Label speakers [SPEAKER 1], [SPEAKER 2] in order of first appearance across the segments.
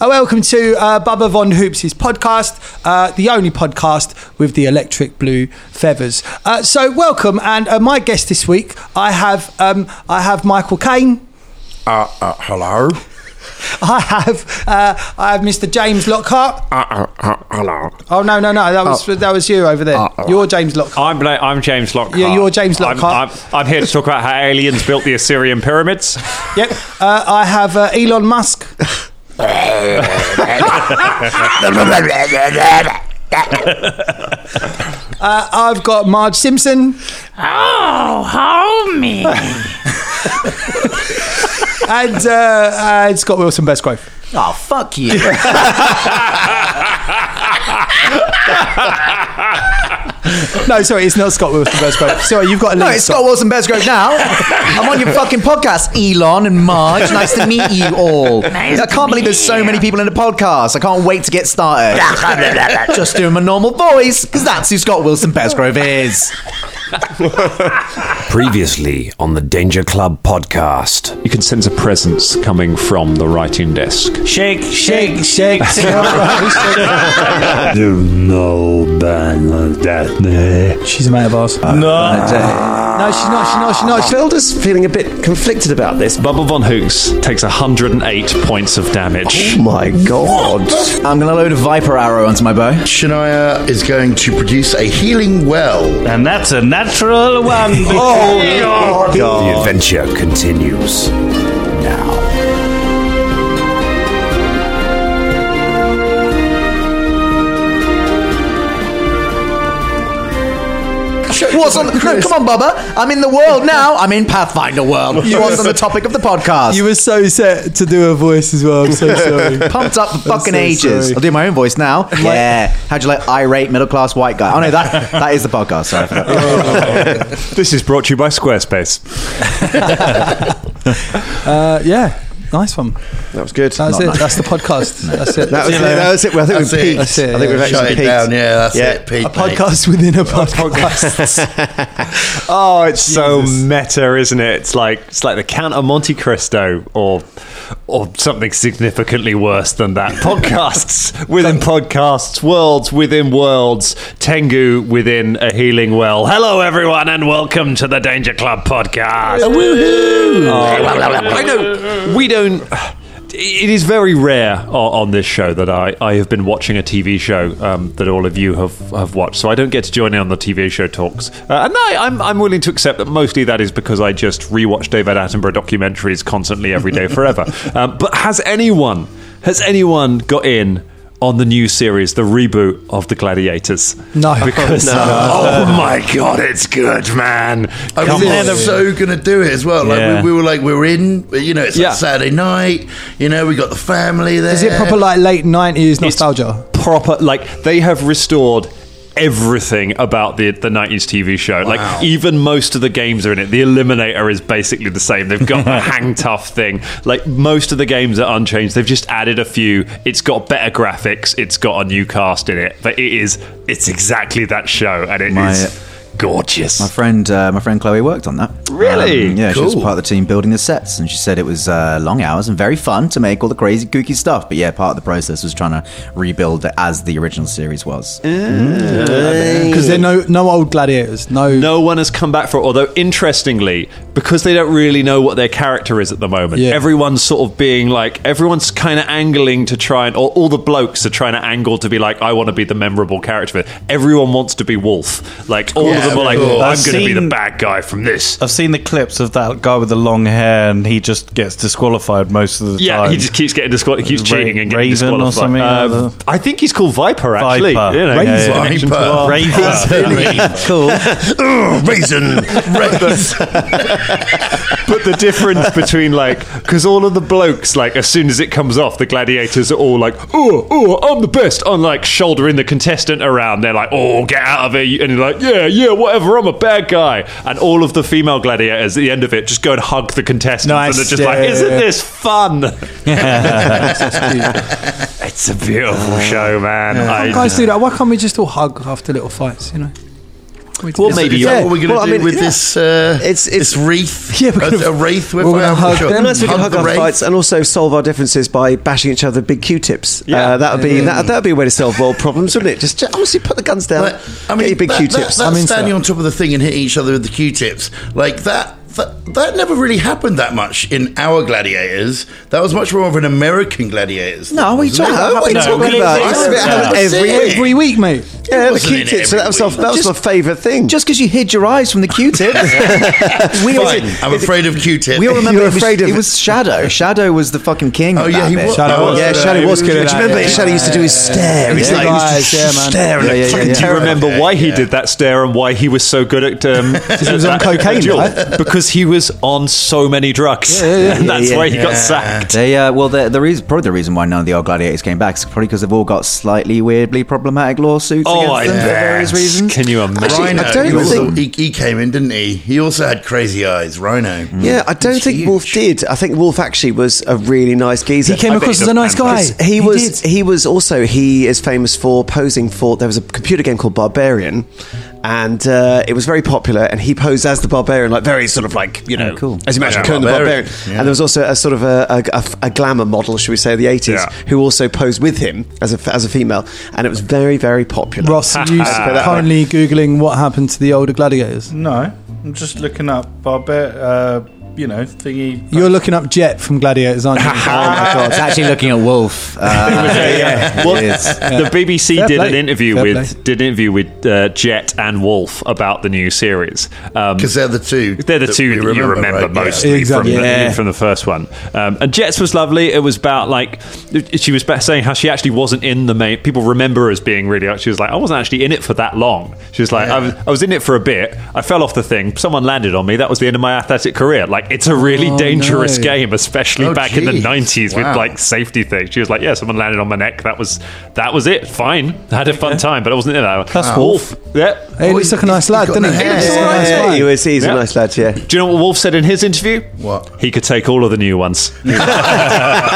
[SPEAKER 1] Uh, welcome to uh, Bubba Von Hoops' podcast, uh, the only podcast with the electric blue feathers. Uh, so, welcome, and uh, my guest this week, I have um, I have Michael Kane.
[SPEAKER 2] Uh, uh, hello?
[SPEAKER 1] I have uh, I have Mr. James Lockhart.
[SPEAKER 2] Uh, uh, uh, hello?
[SPEAKER 1] Oh no no no, that was that was you over there.
[SPEAKER 2] oh.
[SPEAKER 1] You're James Lockhart.
[SPEAKER 3] I'm Bla- I'm James Lockhart.
[SPEAKER 1] Yeah, you're James
[SPEAKER 3] I'm-
[SPEAKER 1] Lockhart.
[SPEAKER 3] I'm, I'm here to talk about how aliens built the Assyrian pyramids.
[SPEAKER 1] Yep. Uh, I have uh, Elon Musk. Uh, I've got Marge Simpson.
[SPEAKER 4] Oh, homie.
[SPEAKER 1] and uh, and Scott Wilson Bestgrove.
[SPEAKER 4] oh, fuck you.
[SPEAKER 1] No, sorry, it's not Scott Wilson Bestgrove. Sorry, you've got a
[SPEAKER 4] No,
[SPEAKER 1] link,
[SPEAKER 4] it's Scott Wilson Besgrove now. I'm on your fucking podcast, Elon and Marge. Nice to meet you all. I can't believe there's so many people in the podcast. I can't wait to get started. Just doing my normal voice, because that's who Scott Wilson Besgrove is.
[SPEAKER 5] Previously on the Danger Club podcast.
[SPEAKER 3] You can sense a presence coming from the writing desk.
[SPEAKER 5] Shake,
[SPEAKER 1] Shake, shake,
[SPEAKER 6] do no ban of that day.
[SPEAKER 1] She's a mate of ours. No, no, she's not. She's not. She's not. She's
[SPEAKER 7] Felder's feeling a bit conflicted about this.
[SPEAKER 3] Bubba von Hooks takes 108 points of damage.
[SPEAKER 7] My God.
[SPEAKER 4] I'm going to load a Viper arrow onto my bow.
[SPEAKER 8] Shania is going to produce a healing well.
[SPEAKER 6] And that's a natural one. Oh.
[SPEAKER 5] The adventure continues.
[SPEAKER 4] What's on? No, come on, Bubba. I'm in the world now. I'm in Pathfinder world. What's on the topic of the podcast?
[SPEAKER 1] you were so set to do her voice as well. I'm so sorry.
[SPEAKER 4] pumped up for fucking
[SPEAKER 1] so
[SPEAKER 4] ages.
[SPEAKER 1] sorry.
[SPEAKER 4] I'll do my own voice now. Yeah. How'd you like irate middle class white guy? Oh no, that that is the podcast. Sorry for that.
[SPEAKER 3] This is brought to you by Squarespace.
[SPEAKER 1] Uh, yeah, nice one.
[SPEAKER 7] That was good.
[SPEAKER 1] That's
[SPEAKER 7] Not
[SPEAKER 1] it.
[SPEAKER 7] nice.
[SPEAKER 1] That's the podcast. That's it.
[SPEAKER 7] That was it. That was it. Well, I think
[SPEAKER 8] That's
[SPEAKER 7] we've
[SPEAKER 8] it.
[SPEAKER 7] peaked.
[SPEAKER 1] That's it,
[SPEAKER 7] I think
[SPEAKER 1] yeah.
[SPEAKER 7] we've actually
[SPEAKER 8] Shut it
[SPEAKER 7] peaked.
[SPEAKER 8] down. Yeah, that's
[SPEAKER 7] Yeah.
[SPEAKER 8] it, Pete.
[SPEAKER 1] a
[SPEAKER 8] mate.
[SPEAKER 1] podcast within a podcast.
[SPEAKER 3] Oh, it's so meta, isn't it? It's like it's like the Count of Monte Cristo, or or something significantly worse than that. Podcasts within podcasts, worlds within worlds, Tengu within a healing well. Hello, everyone, and welcome to the Danger Club podcast. I know we don't. It is very rare o- on this show that I, I have been watching a TV show um, that all of you have, have watched, so I don't get to join in on the TV show talks. Uh, and I, I'm, I'm willing to accept that mostly that is because I just rewatch David Attenborough documentaries constantly every day forever. um, but has anyone has anyone got in on the new series, the reboot of The Gladiators?
[SPEAKER 1] No.
[SPEAKER 3] Because,
[SPEAKER 1] No.
[SPEAKER 3] oh my god, it's good, man.
[SPEAKER 1] Oh,
[SPEAKER 8] I
[SPEAKER 3] Come
[SPEAKER 8] was
[SPEAKER 3] on.
[SPEAKER 8] so gonna do it as well. Like
[SPEAKER 3] Yeah.
[SPEAKER 8] we, we were like we're in, but, you know, it's like
[SPEAKER 3] Yeah.
[SPEAKER 8] Saturday night. You know, we got the family there.
[SPEAKER 1] Is it proper like late nineties nostalgia?
[SPEAKER 3] It's proper, like they have restored everything about the the 90s TV show. Like even most of the games are in it. The Eliminator is basically the same. They've got the hang tough thing. Like most of the games are unchanged. They've just added a few. It's got better graphics. It's got a new cast in it. But it is it's exactly that show and it is
[SPEAKER 4] My-
[SPEAKER 3] gorgeous.
[SPEAKER 4] My friend, uh, my friend Chloe worked on that.
[SPEAKER 3] Really?
[SPEAKER 4] Um, yeah, she was
[SPEAKER 8] Cool.
[SPEAKER 4] part of the team building the sets, and she said it was uh, long hours and very fun to make all the crazy kooky stuff. But yeah, part of the process was trying to rebuild it as the original series was.
[SPEAKER 1] Because there are no no old gladiators. No.
[SPEAKER 3] no one has come back for it. Although, interestingly, because they don't really know what their character is at the moment,
[SPEAKER 1] Yeah.
[SPEAKER 3] everyone's sort of being like, everyone's kind of angling to try and, or all the blokes are trying to angle to be like, I want to be the memorable character. Everyone wants to be Wolf. Like, all
[SPEAKER 8] Yeah,
[SPEAKER 3] of them are like,
[SPEAKER 8] cool.
[SPEAKER 3] I'm
[SPEAKER 6] I've
[SPEAKER 3] going to be the
[SPEAKER 6] seen-
[SPEAKER 3] bad guy from this.
[SPEAKER 6] I've seen the clips of that guy with the long hair, and he just gets disqualified most of the
[SPEAKER 3] Yeah,
[SPEAKER 6] time.
[SPEAKER 3] he just keeps getting disqualified. He keeps
[SPEAKER 6] Ra-
[SPEAKER 3] cheating and getting
[SPEAKER 6] Raven or
[SPEAKER 3] disqualified.
[SPEAKER 6] something,
[SPEAKER 3] Uh,
[SPEAKER 6] uh,
[SPEAKER 3] I think he's called Viper, actually.
[SPEAKER 6] Viper.
[SPEAKER 3] You know,
[SPEAKER 6] Raven.
[SPEAKER 3] he's
[SPEAKER 6] Yeah, yeah,
[SPEAKER 3] mentioned
[SPEAKER 8] Viper.
[SPEAKER 3] twice.
[SPEAKER 6] Raven. cool.
[SPEAKER 8] Ugh, reason? Raise.
[SPEAKER 3] But the difference between like, because all of the blokes, like, as soon as it comes off, the gladiators are all like, "Oh, oh, I'm the best." On like shouldering the contestant around, they're like, "Oh, get out of it!" And you're like, "Yeah, yeah, whatever. I'm a bad guy." And all of the female gladiators at the end of it just go and hug the contestants,
[SPEAKER 1] Nice,
[SPEAKER 3] and they're just
[SPEAKER 1] yeah,
[SPEAKER 3] like,
[SPEAKER 1] yeah,
[SPEAKER 3] "Isn't
[SPEAKER 1] yeah.
[SPEAKER 3] this fun?" it's a beautiful show, man. I-
[SPEAKER 1] Guys do that. Why can't we just all hug after little fights? You know.
[SPEAKER 3] Well,
[SPEAKER 8] Is-
[SPEAKER 3] maybe
[SPEAKER 8] is
[SPEAKER 3] you-
[SPEAKER 8] that what we're going to
[SPEAKER 7] Well, I
[SPEAKER 8] do
[SPEAKER 7] mean,
[SPEAKER 8] with
[SPEAKER 7] yeah.
[SPEAKER 8] this? Uh,
[SPEAKER 7] It's- it's-
[SPEAKER 8] this wreath.
[SPEAKER 1] Yeah, we're
[SPEAKER 8] a,
[SPEAKER 1] gonna-
[SPEAKER 8] a wreath. We're,
[SPEAKER 1] we're gonna
[SPEAKER 8] well,
[SPEAKER 1] hug
[SPEAKER 8] sure.
[SPEAKER 1] them.
[SPEAKER 7] Unless we can hug
[SPEAKER 8] the
[SPEAKER 7] our
[SPEAKER 8] wreath.
[SPEAKER 7] fights and also solve our differences by bashing each other with big Q-tips.
[SPEAKER 3] Yeah.
[SPEAKER 7] Uh, that would
[SPEAKER 1] Mm.
[SPEAKER 7] be that that would be a way to solve world problems, wouldn't it? Just, just honestly put the guns down.
[SPEAKER 8] But, I mean,
[SPEAKER 7] get your big
[SPEAKER 8] that- that-
[SPEAKER 7] Q-tips.
[SPEAKER 8] that
[SPEAKER 1] I'm into
[SPEAKER 8] standing
[SPEAKER 1] that.
[SPEAKER 8] on top of the thing and hitting each other with the Q-tips, like that. That, that never really happened that much in our gladiators. That was much more of an American gladiators. thing,
[SPEAKER 7] No, what are you
[SPEAKER 8] wasn't it?
[SPEAKER 7] talking about? What are you
[SPEAKER 8] No,
[SPEAKER 7] talking
[SPEAKER 8] it
[SPEAKER 7] about?
[SPEAKER 8] was-
[SPEAKER 7] It's-
[SPEAKER 8] it was-
[SPEAKER 7] yeah.
[SPEAKER 8] it was
[SPEAKER 7] Every-
[SPEAKER 8] it.
[SPEAKER 1] every week, mate.
[SPEAKER 7] yeah, the
[SPEAKER 8] wasn't in
[SPEAKER 7] Q-tips. So that was,
[SPEAKER 8] every
[SPEAKER 7] that was my favourite thing.
[SPEAKER 4] Just because you hid your eyes from the Q-tip, we all,
[SPEAKER 8] Fine, I'm afraid of Q-tip.
[SPEAKER 4] we all remember
[SPEAKER 7] You're
[SPEAKER 4] it, was,
[SPEAKER 7] afraid of
[SPEAKER 4] it
[SPEAKER 7] it.
[SPEAKER 4] was Shadow. Shadow was the fucking king.
[SPEAKER 8] Oh
[SPEAKER 4] of
[SPEAKER 8] yeah,
[SPEAKER 4] that
[SPEAKER 8] he
[SPEAKER 4] bit.
[SPEAKER 8] was.
[SPEAKER 1] Shadow
[SPEAKER 8] oh,
[SPEAKER 1] was-
[SPEAKER 7] yeah, Shadow was good at
[SPEAKER 1] Yeah,
[SPEAKER 7] that. Remember,
[SPEAKER 1] yeah,
[SPEAKER 7] Shadow used to do his stare. He's
[SPEAKER 1] Yeah,
[SPEAKER 7] like,
[SPEAKER 1] guys,
[SPEAKER 7] he's
[SPEAKER 1] yeah,
[SPEAKER 7] just
[SPEAKER 1] man.
[SPEAKER 7] staring.
[SPEAKER 4] Yeah, yeah,
[SPEAKER 7] Fucking
[SPEAKER 4] yeah, yeah.
[SPEAKER 3] Do you
[SPEAKER 7] terrible.
[SPEAKER 3] remember
[SPEAKER 8] Yeah,
[SPEAKER 3] why he
[SPEAKER 8] yeah.
[SPEAKER 3] did that stare and why he was so good at? Um, he
[SPEAKER 1] was on cocaine, right?
[SPEAKER 3] because he was on so many drugs. That's
[SPEAKER 4] yeah,
[SPEAKER 3] why he got sacked.
[SPEAKER 4] They uh, well, the, the reason probably the reason why none of the old gladiators came back is probably because they've all got slightly weirdly problematic lawsuits
[SPEAKER 3] Oh, I
[SPEAKER 4] against them for various
[SPEAKER 3] bet.
[SPEAKER 4] reasons.
[SPEAKER 3] Can you imagine?
[SPEAKER 8] Rhino.
[SPEAKER 7] I don't
[SPEAKER 8] he, also-
[SPEAKER 7] think-
[SPEAKER 8] he, he came in, didn't he? He also had crazy eyes. Rhino.
[SPEAKER 7] Yeah, I don't
[SPEAKER 8] He's
[SPEAKER 7] think
[SPEAKER 8] huge.
[SPEAKER 7] Wolf did. I think Wolf actually was a really nice geezer.
[SPEAKER 1] He came
[SPEAKER 7] I
[SPEAKER 1] across
[SPEAKER 7] bet
[SPEAKER 1] as a nice guy.
[SPEAKER 7] Because He,
[SPEAKER 1] He
[SPEAKER 7] was.
[SPEAKER 1] did.
[SPEAKER 7] He was also. He is famous for posing for. There was a computer game called Barbarian, and uh, it was very popular. And he posed as the Barbarian, like very sort of like you know,
[SPEAKER 4] cool.
[SPEAKER 7] as you imagine,
[SPEAKER 8] Yeah,
[SPEAKER 7] Conan
[SPEAKER 8] Barbarian.
[SPEAKER 7] the Barbarian.
[SPEAKER 8] Yeah.
[SPEAKER 7] And there was also a sort of a, a, a- a glamour model, should we say, of the eighties,
[SPEAKER 3] Yeah.
[SPEAKER 7] who also posed with him as a as a female, and it was very very popular.
[SPEAKER 1] Ross, are you
[SPEAKER 7] Put it that way.
[SPEAKER 1] currently googling what happened to the older gladiators?
[SPEAKER 6] No, I'm just looking up Barbar. Uh, you know, thingy.
[SPEAKER 1] You're looking up Jet from Gladiators, aren't you?
[SPEAKER 4] Oh my god, it's actually looking at Wolf. Uh,
[SPEAKER 3] yeah. Well, the BBC
[SPEAKER 1] Fair
[SPEAKER 3] did an
[SPEAKER 1] play.
[SPEAKER 3] interview
[SPEAKER 1] Fair
[SPEAKER 3] with did an interview with uh, Jet and Wolf about the new series. Um,
[SPEAKER 8] Because they're the two.
[SPEAKER 3] they're the
[SPEAKER 8] that
[SPEAKER 3] two
[SPEAKER 8] we
[SPEAKER 3] that you remember
[SPEAKER 8] right? Yeah.
[SPEAKER 3] mostly
[SPEAKER 1] Exactly.
[SPEAKER 3] from,
[SPEAKER 1] Yeah.
[SPEAKER 3] the, from the first one. Um, and Jets was lovely. It was about like she was saying how she actually wasn't in the main. People remember her as being really. She was like, I wasn't actually in it for that long. She was like, I, was, I was in it for a bit. I fell off the thing. Someone landed on me. That was the end of my athletic career. Like it's a really dangerous
[SPEAKER 1] no.
[SPEAKER 3] game, especially
[SPEAKER 8] Oh,
[SPEAKER 3] back in the
[SPEAKER 8] geez.
[SPEAKER 3] nineties with
[SPEAKER 8] Wow.
[SPEAKER 3] like safety things. She was like, Yeah, someone landed on my neck. That was that was it. Fine, I had a fun time, but I wasn't in that. Plus Wolf. Yeah.
[SPEAKER 1] Hey, he looks like a nice lad,
[SPEAKER 8] got
[SPEAKER 1] doesn't he?
[SPEAKER 8] no hair.
[SPEAKER 1] He looks
[SPEAKER 8] Yeah,
[SPEAKER 1] alright, he's
[SPEAKER 7] Yeah,
[SPEAKER 1] fine.
[SPEAKER 7] he was, he's
[SPEAKER 3] Yeah.
[SPEAKER 7] a nice lad, yeah.
[SPEAKER 3] Do you know what Wolf said in his interview?
[SPEAKER 8] What?
[SPEAKER 3] He could take all of the new ones. Fucking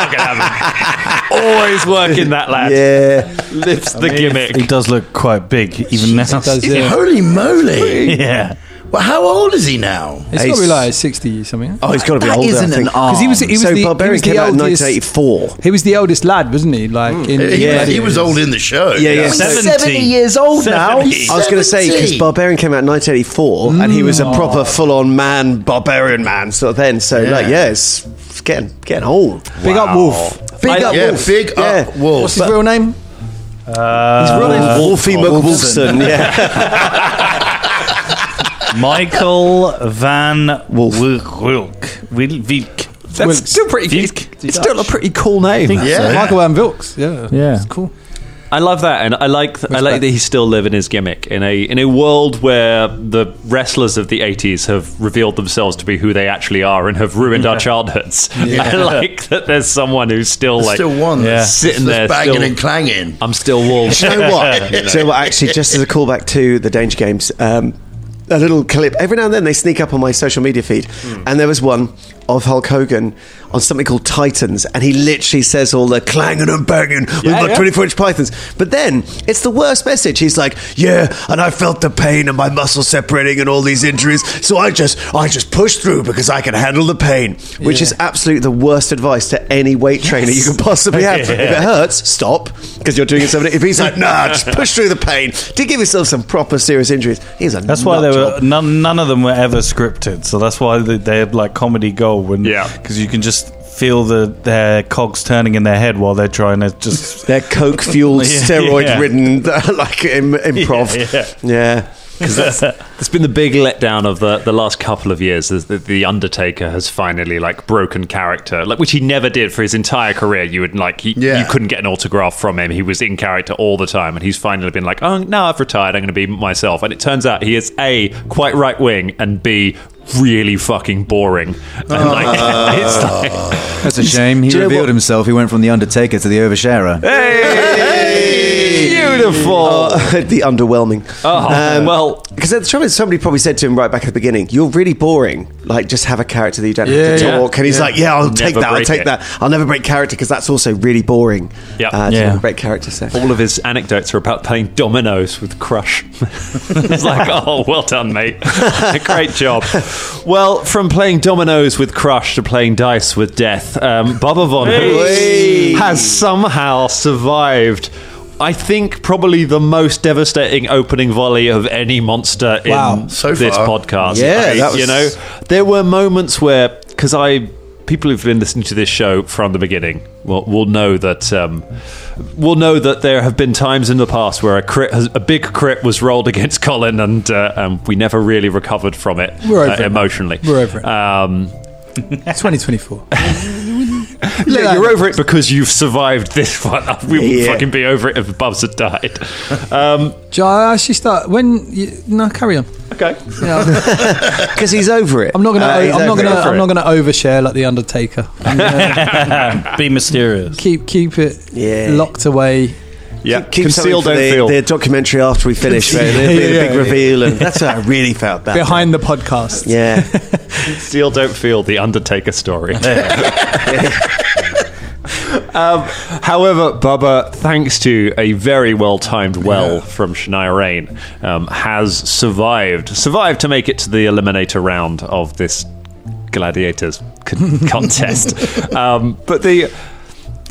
[SPEAKER 3] have him. Always working that lad.
[SPEAKER 7] Yeah.
[SPEAKER 3] Lifts the gimmick.
[SPEAKER 6] He does look quite big, even now.
[SPEAKER 1] does, yeah.
[SPEAKER 8] Holy moly!
[SPEAKER 6] yeah.
[SPEAKER 8] Well, how old is he now?
[SPEAKER 1] It's got to be like 60 or something.
[SPEAKER 7] Oh, he's got to be
[SPEAKER 4] That
[SPEAKER 7] older.
[SPEAKER 4] isn't
[SPEAKER 7] I
[SPEAKER 4] an
[SPEAKER 7] think.
[SPEAKER 4] arm.
[SPEAKER 1] 'Cause he was- he was
[SPEAKER 7] so
[SPEAKER 1] the- he
[SPEAKER 7] Barbarian
[SPEAKER 1] was the
[SPEAKER 7] came out in
[SPEAKER 1] eldest-
[SPEAKER 7] 1984.
[SPEAKER 1] He was the oldest lad, wasn't he? Like in
[SPEAKER 8] He,
[SPEAKER 7] Yeah.
[SPEAKER 8] was, Mm. he was old in the show.
[SPEAKER 7] Yeah, yeah.
[SPEAKER 4] he's
[SPEAKER 7] so-
[SPEAKER 4] 70 years old now.
[SPEAKER 7] I was going to say because
[SPEAKER 8] 70.
[SPEAKER 7] Barbarian came out in 1984, and he was a proper full-on man, Barbarian man sort of then. So like, yeah, it's, it's getting getting old.
[SPEAKER 1] Big up Wolf. Big
[SPEAKER 7] I-
[SPEAKER 1] up
[SPEAKER 8] Yeah,
[SPEAKER 1] Wolf.
[SPEAKER 8] big
[SPEAKER 7] Yeah.
[SPEAKER 8] up wolf.
[SPEAKER 1] What's his real name?
[SPEAKER 3] Uh,
[SPEAKER 7] He's really Wolfie McWolfson. Yeah,
[SPEAKER 6] Michael Van Wilk. Wil- Wilk.
[SPEAKER 3] That's
[SPEAKER 1] Wilkes.
[SPEAKER 3] still pretty. It's, it's still a pretty cool name.
[SPEAKER 8] Yeah.
[SPEAKER 1] Michael Van Vilks. Yeah.
[SPEAKER 6] Yeah.
[SPEAKER 1] It's cool.
[SPEAKER 3] I love that, and I like I like that he's still living his gimmick in a in a world where the wrestlers of the '80s have revealed themselves to be who they actually are and have ruined our childhoods. I like that there's someone who's still like
[SPEAKER 8] still one that's
[SPEAKER 3] sitting
[SPEAKER 8] that's
[SPEAKER 3] there
[SPEAKER 8] banging
[SPEAKER 3] still- Uh,
[SPEAKER 8] and clanging.
[SPEAKER 3] I'm still Wolf.
[SPEAKER 8] You know what?
[SPEAKER 7] so well, actually, just as a callback to the Danger Games, um, a little clip. Every now and then they sneak up on my social media feed,
[SPEAKER 8] Hmm.
[SPEAKER 7] and there was one of Hulk Hogan on something called Titans, and he literally says all the clanging and banging with like 24 inch pythons. But then it's the worst message. He's like, "Yeah, and I felt the pain and my muscles separating and all these injuries, so I just I just pushed through because I can handle the pain," which is absolutely the worst advice to any weight trainer you can possibly have. If it hurts, stop because you're doing it. Something. If he's like, "Nah, just push through the pain," to give yourself some proper serious injuries, he's a
[SPEAKER 6] That's why
[SPEAKER 7] nut
[SPEAKER 6] they were
[SPEAKER 7] job.
[SPEAKER 6] none, none of them were ever scripted, so that's why they, they had like comedy gold. When,
[SPEAKER 3] Yeah.
[SPEAKER 6] because you can just feel the their cogs turning in their head while they're trying to just.
[SPEAKER 7] They're coke fueled,
[SPEAKER 6] Yeah,
[SPEAKER 7] steroid ridden, like Im- improv.
[SPEAKER 6] Yeah,
[SPEAKER 7] yeah.
[SPEAKER 3] It's been the big letdown of the, the last couple of years is that the Undertaker has finally like broken character, like which he never did for his entire career. You would like he,
[SPEAKER 8] Yeah.
[SPEAKER 3] you couldn't get an autograph from him. He was in character all the time, and he's finally been like, oh now I've retired. I'm going to be myself. And it turns out he is a quite right wing and b really fucking boring. And like, it's like
[SPEAKER 4] That's a shame. He
[SPEAKER 7] know
[SPEAKER 4] revealed
[SPEAKER 7] what-
[SPEAKER 4] himself. He went from the Undertaker to the Oversharer.
[SPEAKER 3] hey. Beautiful.
[SPEAKER 7] Uh, the underwhelming. Um,
[SPEAKER 3] Oh, well-
[SPEAKER 7] because the trouble is, somebody probably said to him right back at the beginning, "You're really boring. Like, just have a character that you don't have to
[SPEAKER 3] Yeah.
[SPEAKER 7] talk." And he's
[SPEAKER 3] Yeah.
[SPEAKER 7] like, "Yeah, I'll
[SPEAKER 3] Never
[SPEAKER 7] take that. I'll
[SPEAKER 3] break
[SPEAKER 7] take
[SPEAKER 3] it."
[SPEAKER 7] that. I'll never break character because that's also really boring.
[SPEAKER 3] Yep.
[SPEAKER 7] uh, to
[SPEAKER 6] Yeah.
[SPEAKER 7] never break character." So.
[SPEAKER 3] All of his anecdotes are about playing dominoes with Crush. it's like, oh, well done, mate. Great job. Well, from playing dominoes with Crush to playing dice with death, um, Bubba Von Hoot has somehow survived. I think probably the most devastating opening volley of any monster in
[SPEAKER 1] Wow.
[SPEAKER 8] So
[SPEAKER 3] this
[SPEAKER 8] far.
[SPEAKER 3] podcast.
[SPEAKER 7] Yeah,
[SPEAKER 3] I-
[SPEAKER 7] that was-
[SPEAKER 3] you know, there were moments where because I people who've been listening to this show from the beginning will, will know that um, will know that there have been times in the past where a crit has, a big crit was rolled against Colin and uh, um, we never really recovered from it
[SPEAKER 1] We're over
[SPEAKER 3] uh,
[SPEAKER 1] it.
[SPEAKER 3] emotionally.
[SPEAKER 1] We're over it.
[SPEAKER 3] Um,
[SPEAKER 1] 2024.
[SPEAKER 3] yeah, you're over it because you've survived this one. We would
[SPEAKER 7] Yeah.
[SPEAKER 3] fucking be over it if Bubs had died. Um,
[SPEAKER 1] Do I actually start when? You, no, carry on.
[SPEAKER 3] okay.
[SPEAKER 1] Yeah,
[SPEAKER 7] Because he's over it.
[SPEAKER 1] I'm not gonna.
[SPEAKER 7] Uh, he's
[SPEAKER 1] I'm not
[SPEAKER 7] over
[SPEAKER 1] gonna.
[SPEAKER 7] it.
[SPEAKER 1] I'm not gonna overshare like the Undertaker. I'm gonna
[SPEAKER 6] Be mysterious.
[SPEAKER 1] keep keep it
[SPEAKER 7] Yeah.
[SPEAKER 1] locked away.
[SPEAKER 3] Yeah.
[SPEAKER 7] Keep
[SPEAKER 3] Conceal,
[SPEAKER 7] something
[SPEAKER 3] don't
[SPEAKER 7] for the,
[SPEAKER 3] feel.
[SPEAKER 7] the documentary after we finish. where there'll be
[SPEAKER 1] Yeah,
[SPEAKER 7] the big
[SPEAKER 1] yeah.
[SPEAKER 7] reveal, and that's how I really felt about
[SPEAKER 1] behind the podcast.
[SPEAKER 7] It. Yeah,
[SPEAKER 3] Conceal, don't feel the Undertaker story. Um, however, Bubba, thanks to a very well timed well from Shania Rain, um, has survived. Survived to make it to the eliminator round of this gladiators con- contest. um, but the.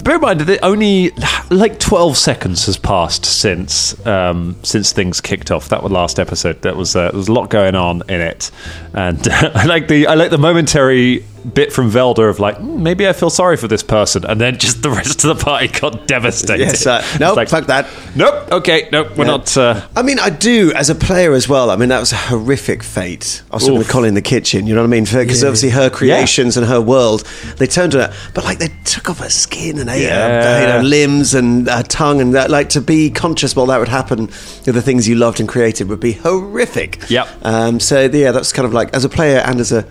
[SPEAKER 3] Bear in mind that only like twelve seconds has passed since um, since things kicked off. That was last episode. That was uh, there was a lot going on in it, and I like the I like the momentary bit from Velder of like "Hmm, maybe I feel sorry for this person, and then just the rest of the party got devastated.
[SPEAKER 7] Yes, uh,
[SPEAKER 3] It's
[SPEAKER 7] nope, fuck that.
[SPEAKER 3] Nope. Okay. Nope. We're
[SPEAKER 7] Yeah.
[SPEAKER 3] not. Uh,
[SPEAKER 7] I mean, I do as a player as well. I mean, that was a horrific fate. I was talking
[SPEAKER 3] Oof.
[SPEAKER 7] to Colin in the kitchen. You know what I mean? Because obviously her creations and her world, they turned to that. But like, they took off her skin and ate her, you know, limbs and her tongue, and that. Like to be conscious while that would happen, to the things you loved and created would be horrific.
[SPEAKER 3] Yep.
[SPEAKER 7] Um, so yeah, that's kind of like as a player and as a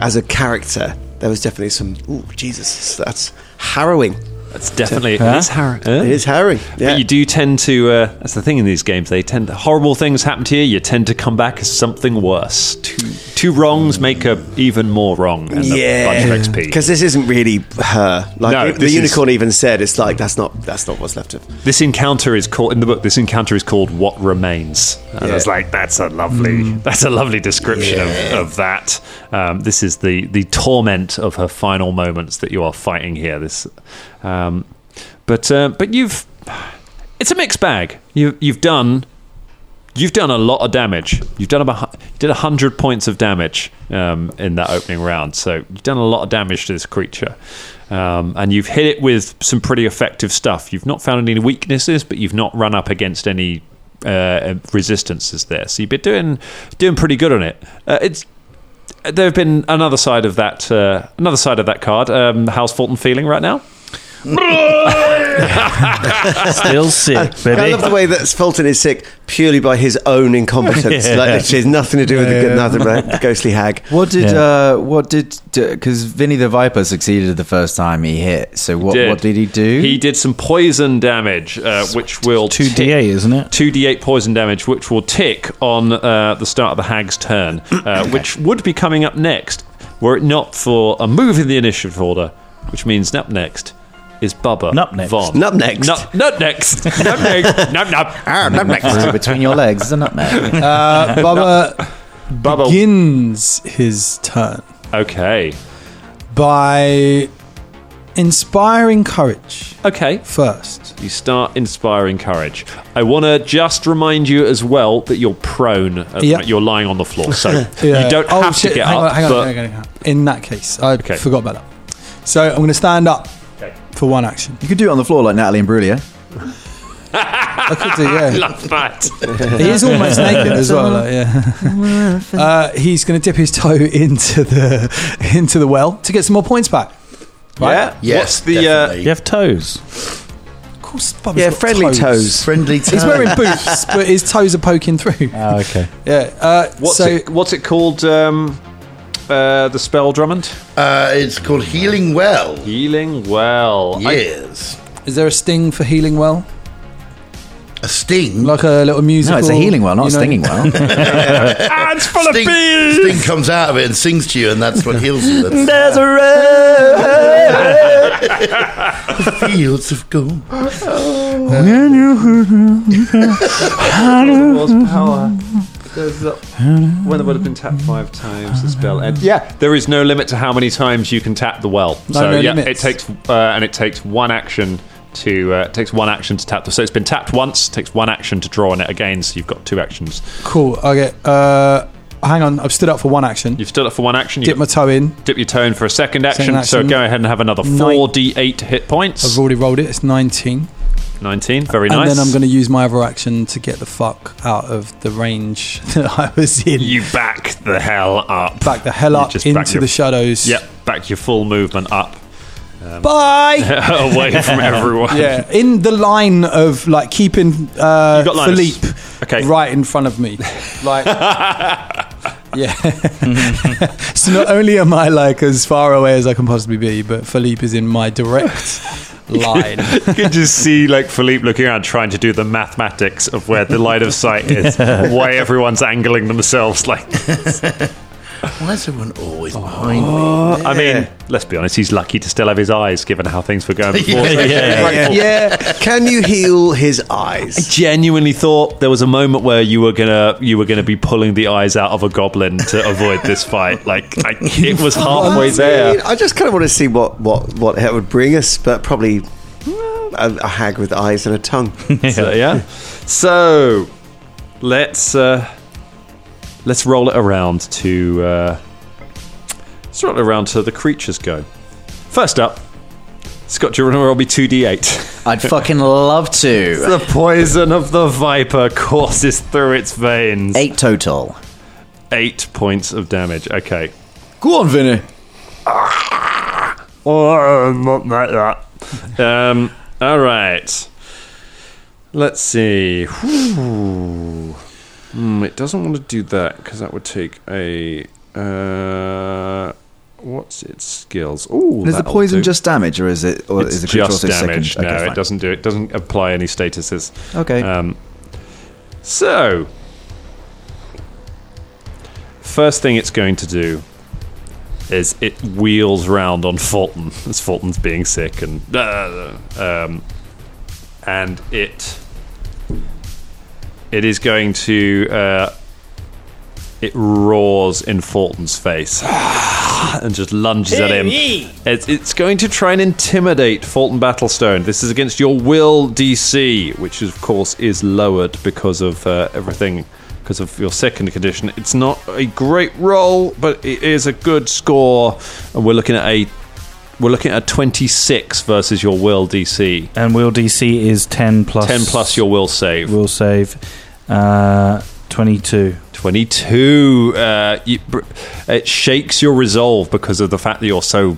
[SPEAKER 7] as a character, there was definitely some. Oh Jesus, that's harrowing.
[SPEAKER 3] it's definitely. It is harrowing.
[SPEAKER 7] It is harrowing. Yeah.
[SPEAKER 3] But you do tend to. Uh, that's the thing in these games. They tend horrible things happen to you. You tend to come back as something worse. Two, two wrongs make a even more wrong and a bunch of XP.
[SPEAKER 7] Because this isn't really her. Like
[SPEAKER 3] No,
[SPEAKER 7] the,
[SPEAKER 3] this is-
[SPEAKER 7] unicorn even said, it's like that's not that's not what's left of.
[SPEAKER 3] This encounter is called in the book. This encounter is called "What Remains." And I was
[SPEAKER 7] Yeah.
[SPEAKER 3] like, "That's a lovely, that's a lovely description of, of that." Um, this is the the torment of her final moments that you are fighting here. This, um, but uh, but you've it's a mixed bag. You you've done you've done a lot of damage. You've done about you did hundred points of damage um, in that opening round, so you've done a lot of damage to this creature, um, and you've hit it with some pretty effective stuff. You've not found any weaknesses, but you've not run up against any uh, resistances there. So you've been doing doing pretty good on it. Uh, it's there have been another side of that uh, another side of that card. Um, how's Fulton feeling right now?
[SPEAKER 6] Still sick,
[SPEAKER 7] I
[SPEAKER 6] baby.
[SPEAKER 7] love the way that Fulton is sick purely by his own incompetence.
[SPEAKER 6] Yeah.
[SPEAKER 7] Like literally, it's nothing to do with the, nothing about the ghostly hag.
[SPEAKER 4] What did
[SPEAKER 6] Yeah.
[SPEAKER 4] uh, what did because Vinny the Viper succeeded the first time he hit. So what what did he do?
[SPEAKER 3] He did some poison damage, uh, which will
[SPEAKER 6] Two D eight, isn't it?
[SPEAKER 3] 2d8 poison damage, which will tick on uh, the start of the hag's turn, uh, which would be coming up next were it not for a move in the initiative order, which means up next is Bubba.
[SPEAKER 6] Nup next.
[SPEAKER 3] Von.
[SPEAKER 7] Nup next.
[SPEAKER 3] Nup, nup next. nup next. Nup nup.
[SPEAKER 4] Through between your legs is a nutmeg.
[SPEAKER 1] Uh, Bubba
[SPEAKER 3] Bubba.
[SPEAKER 1] begins his turn
[SPEAKER 3] Okay.
[SPEAKER 1] by inspiring courage
[SPEAKER 3] Okay.
[SPEAKER 1] first.
[SPEAKER 3] You start inspiring courage. I want to just remind you as well that you're prone. at the
[SPEAKER 1] Yep.
[SPEAKER 3] moment. You're lying on the floor, so
[SPEAKER 1] Yeah.
[SPEAKER 3] you don't
[SPEAKER 1] Oh,
[SPEAKER 3] have
[SPEAKER 1] shit,
[SPEAKER 3] to get
[SPEAKER 1] hang
[SPEAKER 3] up.
[SPEAKER 1] On, hang, on,
[SPEAKER 3] but
[SPEAKER 1] hang on, hang on. In that case, I
[SPEAKER 3] Okay.
[SPEAKER 1] forgot about that. So I'm going to stand up for one action.
[SPEAKER 4] you could do it on the floor like Natalie and Brulia.
[SPEAKER 1] I could do, yeah.
[SPEAKER 3] I love that.
[SPEAKER 1] He is almost naked as well. like, yeah. uh, he's going to dip his toe into the into the well to get some more points back.
[SPEAKER 3] Yeah. What's the? Uh,
[SPEAKER 8] definitely.
[SPEAKER 6] You have toes.
[SPEAKER 1] Of course, Bubba's
[SPEAKER 7] Yeah,
[SPEAKER 1] got
[SPEAKER 7] friendly
[SPEAKER 1] toes.
[SPEAKER 7] toes.
[SPEAKER 8] friendly?
[SPEAKER 1] He's wearing boots, but his toes are poking through.
[SPEAKER 6] Oh, okay.
[SPEAKER 1] Yeah. Uh,
[SPEAKER 3] What's
[SPEAKER 1] so
[SPEAKER 3] it? What's it called? Um, uh, the spell Drummond
[SPEAKER 8] Uh, it's called Healing Well.
[SPEAKER 3] healing well. I-
[SPEAKER 8] Yes.
[SPEAKER 1] is there a sting for healing well?
[SPEAKER 8] a sting.
[SPEAKER 1] Like a little musical.
[SPEAKER 4] No, it's a healing well, not a
[SPEAKER 1] you know.
[SPEAKER 4] stinging well.
[SPEAKER 8] Ah, it's full sting, of bees. Sting comes out of it and sings to you, and that's what heals you. That's
[SPEAKER 4] There's a road.
[SPEAKER 8] fields of gold.
[SPEAKER 1] Mm-hmm.
[SPEAKER 3] horsepower. When the can tap five times the spell ends. Yeah, there is no limit to how many times you can tap the well. so
[SPEAKER 1] no
[SPEAKER 3] yeah,
[SPEAKER 1] limits.
[SPEAKER 3] it takes uh, and it takes one action to uh, it takes one action to tap the. So it's been tapped once. Takes one action to draw on it again. So you've got two actions.
[SPEAKER 1] Cool. Okay. Uh, hang on. I've stood up for one action.
[SPEAKER 3] You've stood up for one action.
[SPEAKER 1] Dip
[SPEAKER 3] You
[SPEAKER 1] my toe in.
[SPEAKER 3] dip your toe in for a second action.
[SPEAKER 1] Second
[SPEAKER 3] So
[SPEAKER 1] action.
[SPEAKER 3] go ahead and have another four d eight hit points.
[SPEAKER 1] I've already rolled it. It's 19.
[SPEAKER 3] Nineteen. Very
[SPEAKER 1] And
[SPEAKER 3] nice.
[SPEAKER 1] then I'm going to use my other action to get the fuck out of the range that I was in.
[SPEAKER 3] You back the hell up.
[SPEAKER 1] back the hell
[SPEAKER 3] You
[SPEAKER 1] up
[SPEAKER 3] just
[SPEAKER 1] into
[SPEAKER 3] back your-
[SPEAKER 1] the shadows.
[SPEAKER 3] Yep. Back your full movement up,
[SPEAKER 1] Bye.
[SPEAKER 3] away from everyone.
[SPEAKER 1] yeah. In the line of like keeping uh,
[SPEAKER 3] You got lines.
[SPEAKER 1] Philippe
[SPEAKER 3] Okay.
[SPEAKER 1] right in front of me. Like. yeah. so not only am I like as far away as I can possibly be, but Philippe is in my direct line.
[SPEAKER 3] You can just see like Philippe looking around trying to do the mathematics of where the line of sight is, why everyone's angling themselves. Like,
[SPEAKER 8] Why is everyone always behind me?
[SPEAKER 3] I mean, let's be honest, he's lucky to still have his eyes given how things were going before.
[SPEAKER 8] Yeah, yeah,
[SPEAKER 7] yeah. Can you heal his eyes?
[SPEAKER 3] Genuinely thought there was a moment where you were gonna you were gonna be pulling the eyes out of a goblin to avoid this fight. Like I, it was halfway
[SPEAKER 7] I,
[SPEAKER 3] there.
[SPEAKER 7] mean, I just kind of want to see what what what it would bring us, but probably uh, a, a hag with eyes and a tongue.
[SPEAKER 3] So, yeah. So let's uh, let's roll it around to uh, let's roll it around to the creatures go. First up, Scott, do you want to roll me two d eight?
[SPEAKER 4] I'd fucking love to.
[SPEAKER 3] The poison of the viper courses through its veins.
[SPEAKER 4] Eight total.
[SPEAKER 3] Eight points of damage. Okay.
[SPEAKER 4] Go on, Vinny.
[SPEAKER 3] Oh, not like that. Um, all right. Let's see. Whew. Hmm, it doesn't want to do that because that would take a. Uh, what's its skills? Oh,
[SPEAKER 4] Is the poison just damage, or is it? Or
[SPEAKER 3] it's
[SPEAKER 4] is the creature
[SPEAKER 3] just
[SPEAKER 4] also
[SPEAKER 3] damage.
[SPEAKER 4] Second?
[SPEAKER 3] No,
[SPEAKER 4] Okay,
[SPEAKER 3] it
[SPEAKER 4] fine.
[SPEAKER 3] doesn't do. It doesn't apply any statuses.
[SPEAKER 4] Okay.
[SPEAKER 3] Um, so, first thing it's going to do is it wheels round on Fulton as Fulton's being sick and uh, um, and it it is going to uh, it roars in Fulton's face and just lunges at him. It's, it's going to try and intimidate Fulton Battlestone. This is against your will DC, which of course is lowered because of uh, everything, because of your second condition. It's not a great roll, but it is a good score, and we're looking at a we're looking at a 26 versus your will DC,
[SPEAKER 6] And will DC is 10 plus.
[SPEAKER 3] 10 plus your will save.
[SPEAKER 6] Will save. Uh, 22.
[SPEAKER 3] 22 uh, you, br- it shakes your resolve because of the fact that you're so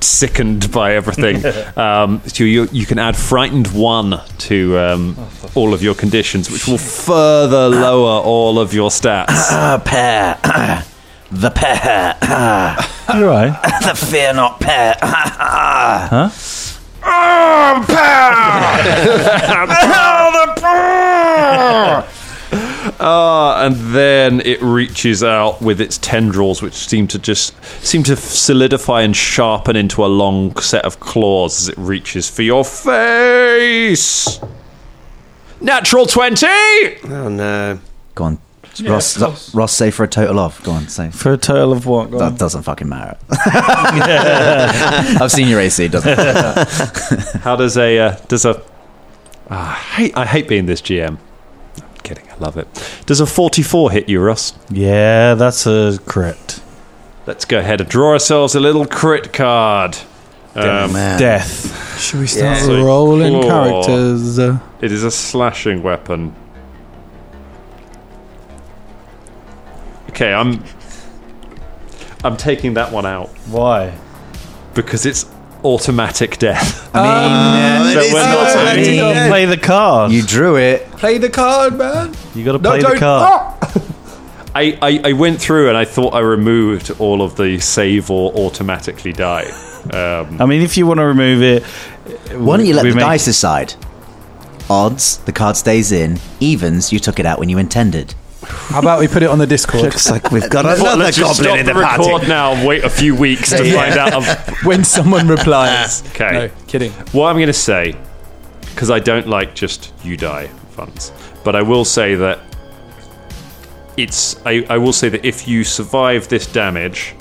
[SPEAKER 3] sickened by everything um, so you, you can add frightened 1 to um, all of your conditions which will further lower all of your stats
[SPEAKER 4] The pair. the pair.
[SPEAKER 6] All right.
[SPEAKER 4] the fear not pair.
[SPEAKER 3] Ah, and then it reaches out with its tendrils which seem to just seem to solidify and sharpen into a long set of claws as it reaches for your face natural 20
[SPEAKER 7] Oh no!
[SPEAKER 4] Go on. Ross, Ross, say for a total of. Go on, say.
[SPEAKER 6] For a total of what? Go
[SPEAKER 4] That
[SPEAKER 6] on.
[SPEAKER 4] doesn't fucking matter. I've seen your AC. It doesn't.
[SPEAKER 3] How does a uh, does a Ah, I hate I hate being this GM. I'm kidding, I love it. Does a 44 hit you, Russ?
[SPEAKER 6] Yeah, that's a crit.
[SPEAKER 3] Let's go ahead and draw ourselves a little crit card. Um,
[SPEAKER 6] Death.
[SPEAKER 1] Should we start
[SPEAKER 3] Yeah.
[SPEAKER 1] rolling
[SPEAKER 3] Claw.
[SPEAKER 1] characters? Uh,
[SPEAKER 3] it is a slashing weapon. Okay, I'm I'm taking that one out
[SPEAKER 6] Why?
[SPEAKER 3] because it's automatic death.
[SPEAKER 7] Oh, It is
[SPEAKER 3] we're
[SPEAKER 7] the
[SPEAKER 3] not-
[SPEAKER 7] automatic
[SPEAKER 6] You gotta
[SPEAKER 7] death.
[SPEAKER 6] play the card.
[SPEAKER 4] You
[SPEAKER 6] You,
[SPEAKER 4] drew it.
[SPEAKER 1] play the card, man.
[SPEAKER 6] gotta play the
[SPEAKER 7] Oh,
[SPEAKER 6] card.
[SPEAKER 3] I, I, I went through and I thought I removed all of the save or automatically die. Um,
[SPEAKER 6] I mean, if you want to remove it,
[SPEAKER 4] Why don't you let
[SPEAKER 6] we
[SPEAKER 4] the
[SPEAKER 6] make-
[SPEAKER 4] dice decide? Odds, the card stays in. Evens, you took it out when you intended.
[SPEAKER 1] How about we put it on the Discord?
[SPEAKER 7] Looks like we've got
[SPEAKER 3] Well,
[SPEAKER 7] another
[SPEAKER 3] let's just stop
[SPEAKER 7] goblin in the
[SPEAKER 3] the
[SPEAKER 7] party.
[SPEAKER 3] record now and wait a few weeks to find out of
[SPEAKER 1] when someone replies.
[SPEAKER 3] Okay.
[SPEAKER 1] No, kidding.
[SPEAKER 3] what I'm going to say, because I don't like just you die funds, but I will say that it's. I, I will say that if you survive this damage,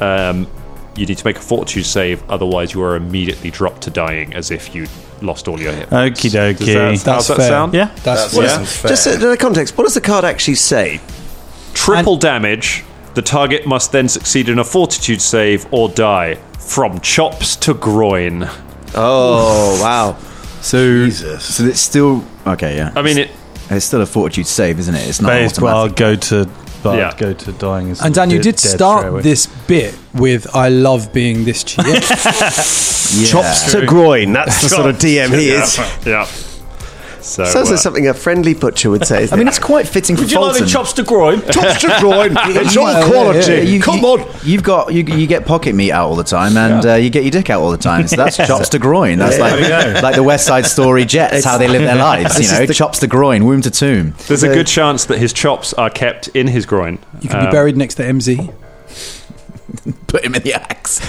[SPEAKER 3] um, you need to make a fortitude save. Otherwise, you are immediately dropped to dying as if you lost all your hit. points.
[SPEAKER 6] Okie dokie.
[SPEAKER 3] Does that, how's
[SPEAKER 6] That's
[SPEAKER 3] that
[SPEAKER 1] fair.
[SPEAKER 3] sound?
[SPEAKER 6] Yeah.
[SPEAKER 1] That's
[SPEAKER 8] That wasn't fair.
[SPEAKER 7] Just in the context, what does the card actually say?
[SPEAKER 3] Triple damage. The target must then succeed in a fortitude save or die from chops to groin.
[SPEAKER 4] Oh wow! So,
[SPEAKER 8] Jesus.
[SPEAKER 4] so it's still okay. Yeah,
[SPEAKER 3] I mean, it,
[SPEAKER 4] it's still a fortitude save, isn't it? It's not
[SPEAKER 6] But I'll
[SPEAKER 4] automatic.
[SPEAKER 6] go to. But
[SPEAKER 3] Yeah.
[SPEAKER 6] go to dying. Is
[SPEAKER 1] And Dan, you
[SPEAKER 6] dead-
[SPEAKER 1] did
[SPEAKER 6] dead straight away.
[SPEAKER 1] start this bit with "I love being this cheap."
[SPEAKER 4] Yeah.
[SPEAKER 7] Chops to groin. That's the sort of DM he is.
[SPEAKER 3] yeah. So,
[SPEAKER 7] Sounds
[SPEAKER 3] uh,
[SPEAKER 7] like something a friendly butcher would say.
[SPEAKER 4] I mean, it's quite fitting for Fulton.
[SPEAKER 3] to groin?
[SPEAKER 7] chops to groin. It's all quality.
[SPEAKER 4] Yeah, you- you- You've got you, you get pocket meat out all the time, and uh, you get your dick out all the time. So that's chops to groin. That's like like the West Side Story Jets, how they live their lives. You know, chops to groin, womb to tomb.
[SPEAKER 3] There's a good chance that his chops are kept in his groin.
[SPEAKER 1] You could be buried next to MZ.
[SPEAKER 4] Put him in the axe.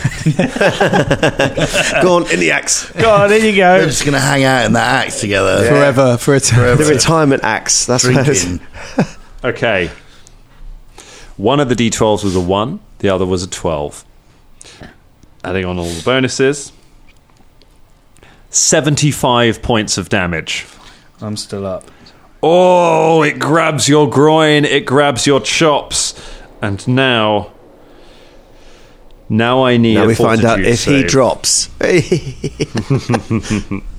[SPEAKER 7] Gone in the axe.
[SPEAKER 6] God, there you
[SPEAKER 8] They're
[SPEAKER 6] go.
[SPEAKER 8] just going to hang out in that axe together.
[SPEAKER 1] Forever, for eternity.
[SPEAKER 7] The retirement axe. That's what it is.
[SPEAKER 8] Drinking.
[SPEAKER 3] Okay. One of the d12s was a 1, the other was a 12. Adding on all the bonuses 75 points of damage.
[SPEAKER 6] I'm still up.
[SPEAKER 3] Oh, it grabs your groin, it grabs your chops. And now. Now I need
[SPEAKER 7] Now
[SPEAKER 3] a
[SPEAKER 7] we find out
[SPEAKER 3] fortitude
[SPEAKER 7] if he
[SPEAKER 3] save.
[SPEAKER 7] drops.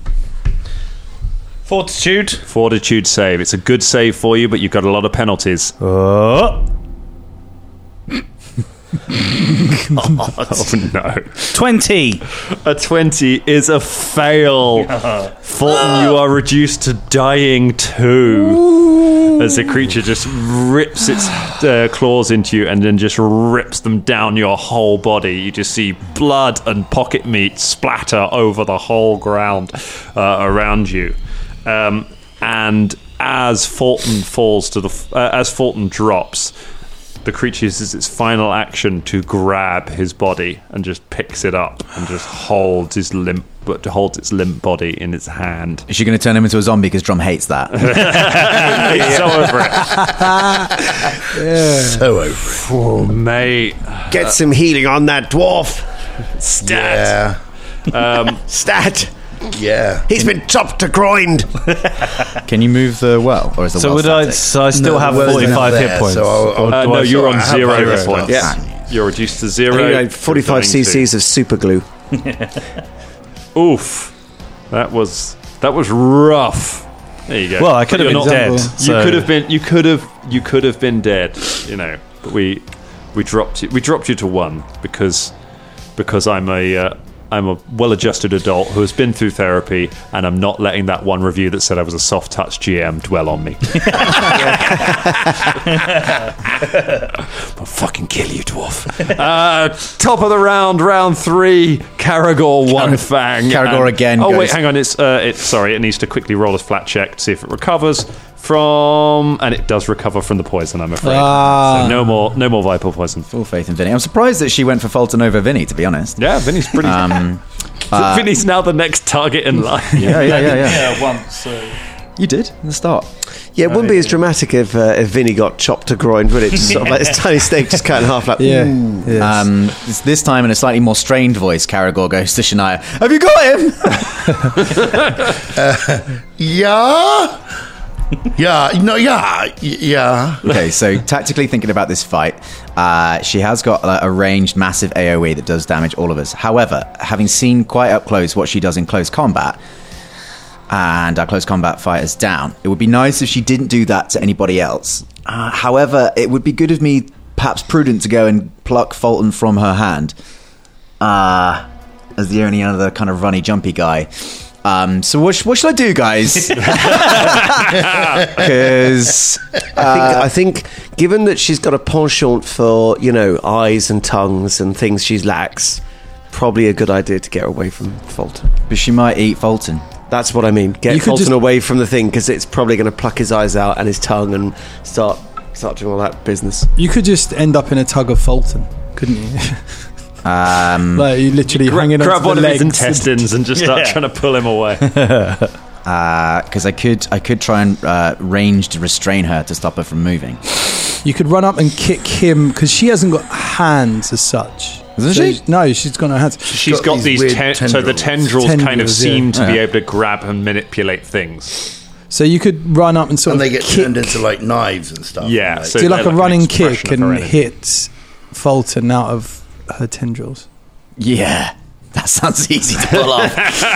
[SPEAKER 6] Fortitude.
[SPEAKER 3] Fortitude save. It's a good save for you, but you've got a lot of penalties.
[SPEAKER 6] Oh,
[SPEAKER 3] Oh no.
[SPEAKER 6] 20.
[SPEAKER 3] A 20 is a fail. Fulton, you are reduced to dying too. As the creature just rips its uh, claws into you and then just rips them down your whole body. You just see blood and pocket meat splatter over the whole ground uh, around you. Um, and as Fulton falls to the f- uh, as Fulton drops, the creature uses its final action to grab his body and just picks it up and just holds his limp, but holds its limp body in its hand.
[SPEAKER 4] Is she going to turn him into a zombie because Drum hates that?
[SPEAKER 3] It's so over it,
[SPEAKER 8] So over. it.
[SPEAKER 3] mate.
[SPEAKER 7] Get some healing on that dwarf.
[SPEAKER 8] Yeah.
[SPEAKER 3] Um,
[SPEAKER 7] Stat.
[SPEAKER 8] Yeah.
[SPEAKER 7] He's been chopped to groined.
[SPEAKER 4] Can you move the well, or is the
[SPEAKER 6] So
[SPEAKER 4] well
[SPEAKER 6] would I?
[SPEAKER 4] static?
[SPEAKER 6] So I still
[SPEAKER 8] No,
[SPEAKER 6] have
[SPEAKER 8] well, it's
[SPEAKER 6] 45
[SPEAKER 8] not
[SPEAKER 6] hit
[SPEAKER 8] there,
[SPEAKER 6] points.
[SPEAKER 8] so I'll-
[SPEAKER 6] Or
[SPEAKER 3] Uh,
[SPEAKER 6] do
[SPEAKER 3] no,
[SPEAKER 6] I-
[SPEAKER 3] you're
[SPEAKER 8] sure
[SPEAKER 3] on
[SPEAKER 8] I have
[SPEAKER 3] zero
[SPEAKER 8] zero
[SPEAKER 3] hit points.
[SPEAKER 8] points.
[SPEAKER 3] You're reduced to zero.
[SPEAKER 7] Anyway, 45
[SPEAKER 3] You're dying
[SPEAKER 7] cc's of super glue.
[SPEAKER 3] too. Oof, that was that was rough. There you go.
[SPEAKER 6] Well, I
[SPEAKER 3] But
[SPEAKER 6] could have
[SPEAKER 3] you're not-
[SPEAKER 6] been dead.
[SPEAKER 3] You
[SPEAKER 6] so-
[SPEAKER 3] could have been. You could have. You could have been dead. You know, but we we dropped you. We dropped you to one because because I'm a uh, I'm a well-adjusted adult who has been through therapy, and I'm not letting that one review that said I was a soft touch GM dwell on me. I'll fucking kill you, dwarf. Uh, top of the round, round three. Caragor one fang.
[SPEAKER 4] Caragor
[SPEAKER 3] and-
[SPEAKER 4] again
[SPEAKER 3] Oh wait,
[SPEAKER 4] goes-
[SPEAKER 3] hang on. It's uh, it's sorry. It needs to quickly roll a flat check to see if it recovers from, and it does recover from the poison. I'm afraid.
[SPEAKER 1] Ah.
[SPEAKER 3] So no more, no more viper poison.
[SPEAKER 4] Full faith in Vinny. I'm surprised that she went for Fulton over Vinny. To be honest.
[SPEAKER 3] Yeah, Vinny's pretty.
[SPEAKER 1] Ah.
[SPEAKER 4] Um,
[SPEAKER 3] Vinny's now the next target in line.
[SPEAKER 4] yeah, yeah, yeah, yeah.
[SPEAKER 6] once. So.
[SPEAKER 4] You did in the start.
[SPEAKER 7] Yeah, it
[SPEAKER 3] Oh,
[SPEAKER 7] wouldn't be as dramatic if, uh, if Vinny got chopped to groin, would it? Just sort of like this tiny steak just cut in half like, mm.
[SPEAKER 1] Yeah.
[SPEAKER 7] "Ooh."
[SPEAKER 1] Yes.
[SPEAKER 4] Um, this, this time in a slightly more strained voice, Caragor goes to Shania. Have you got him?
[SPEAKER 8] Yeah. Yeah. No, yeah. Y- Yeah.
[SPEAKER 4] okay, so tactically thinking about this fight, uh, she has got uh, a ranged massive AoE that does damage all of us. However, having seen quite up close what she does in close combat, and our close combat fighters down, it would be nice if she didn't do that to anybody else. Uh, however, it would be good of me, perhaps prudent, to go and pluck Fulton from her hand. Uh, as the only other kind of runny, jumpy guy. Um, so what, sh- what should I do, guys? Because
[SPEAKER 7] I think, I think, given that she's got a penchant for you know eyes and tongues and things she lacks, probably a good idea to get away from Fulton.
[SPEAKER 4] But she might eat Fulton.
[SPEAKER 7] That's what I mean. Get
[SPEAKER 1] You could
[SPEAKER 7] Colton
[SPEAKER 1] just-
[SPEAKER 7] away from the thing because it's probably going to pluck his eyes out and his tongue and start start doing all that business.
[SPEAKER 1] You could just end up in a tug of Fulton, couldn't you? Um, like you literally hanging
[SPEAKER 3] grab
[SPEAKER 1] onto the
[SPEAKER 3] one of
[SPEAKER 1] legs.
[SPEAKER 3] his intestines and just start
[SPEAKER 6] Yeah.
[SPEAKER 3] trying to pull him away.
[SPEAKER 4] because uh, I could I could try and uh, range to restrain her to stop her from moving.
[SPEAKER 1] You could run up and kick him because she hasn't got hands as such.
[SPEAKER 4] Hasn't
[SPEAKER 1] So-
[SPEAKER 4] she?
[SPEAKER 1] No, she's got no hands.
[SPEAKER 3] She's got, these, ten-
[SPEAKER 8] weird
[SPEAKER 3] so the tendrils, kind of
[SPEAKER 1] Tendrils, yeah.
[SPEAKER 3] seem to be
[SPEAKER 4] Yeah.
[SPEAKER 3] able to grab and manipulate things.
[SPEAKER 1] So you could run up and sort
[SPEAKER 8] and
[SPEAKER 1] of
[SPEAKER 8] they get
[SPEAKER 1] kick,
[SPEAKER 8] turned into like knives and stuff.
[SPEAKER 3] Yeah,
[SPEAKER 8] Like,
[SPEAKER 3] so-
[SPEAKER 1] do like
[SPEAKER 3] they're
[SPEAKER 1] a
[SPEAKER 3] like an
[SPEAKER 1] running
[SPEAKER 3] expression
[SPEAKER 1] kick
[SPEAKER 3] of her
[SPEAKER 1] and
[SPEAKER 3] energy.
[SPEAKER 1] hit Fulton out of her tendrils.
[SPEAKER 4] Yeah, that sounds easy to pull off.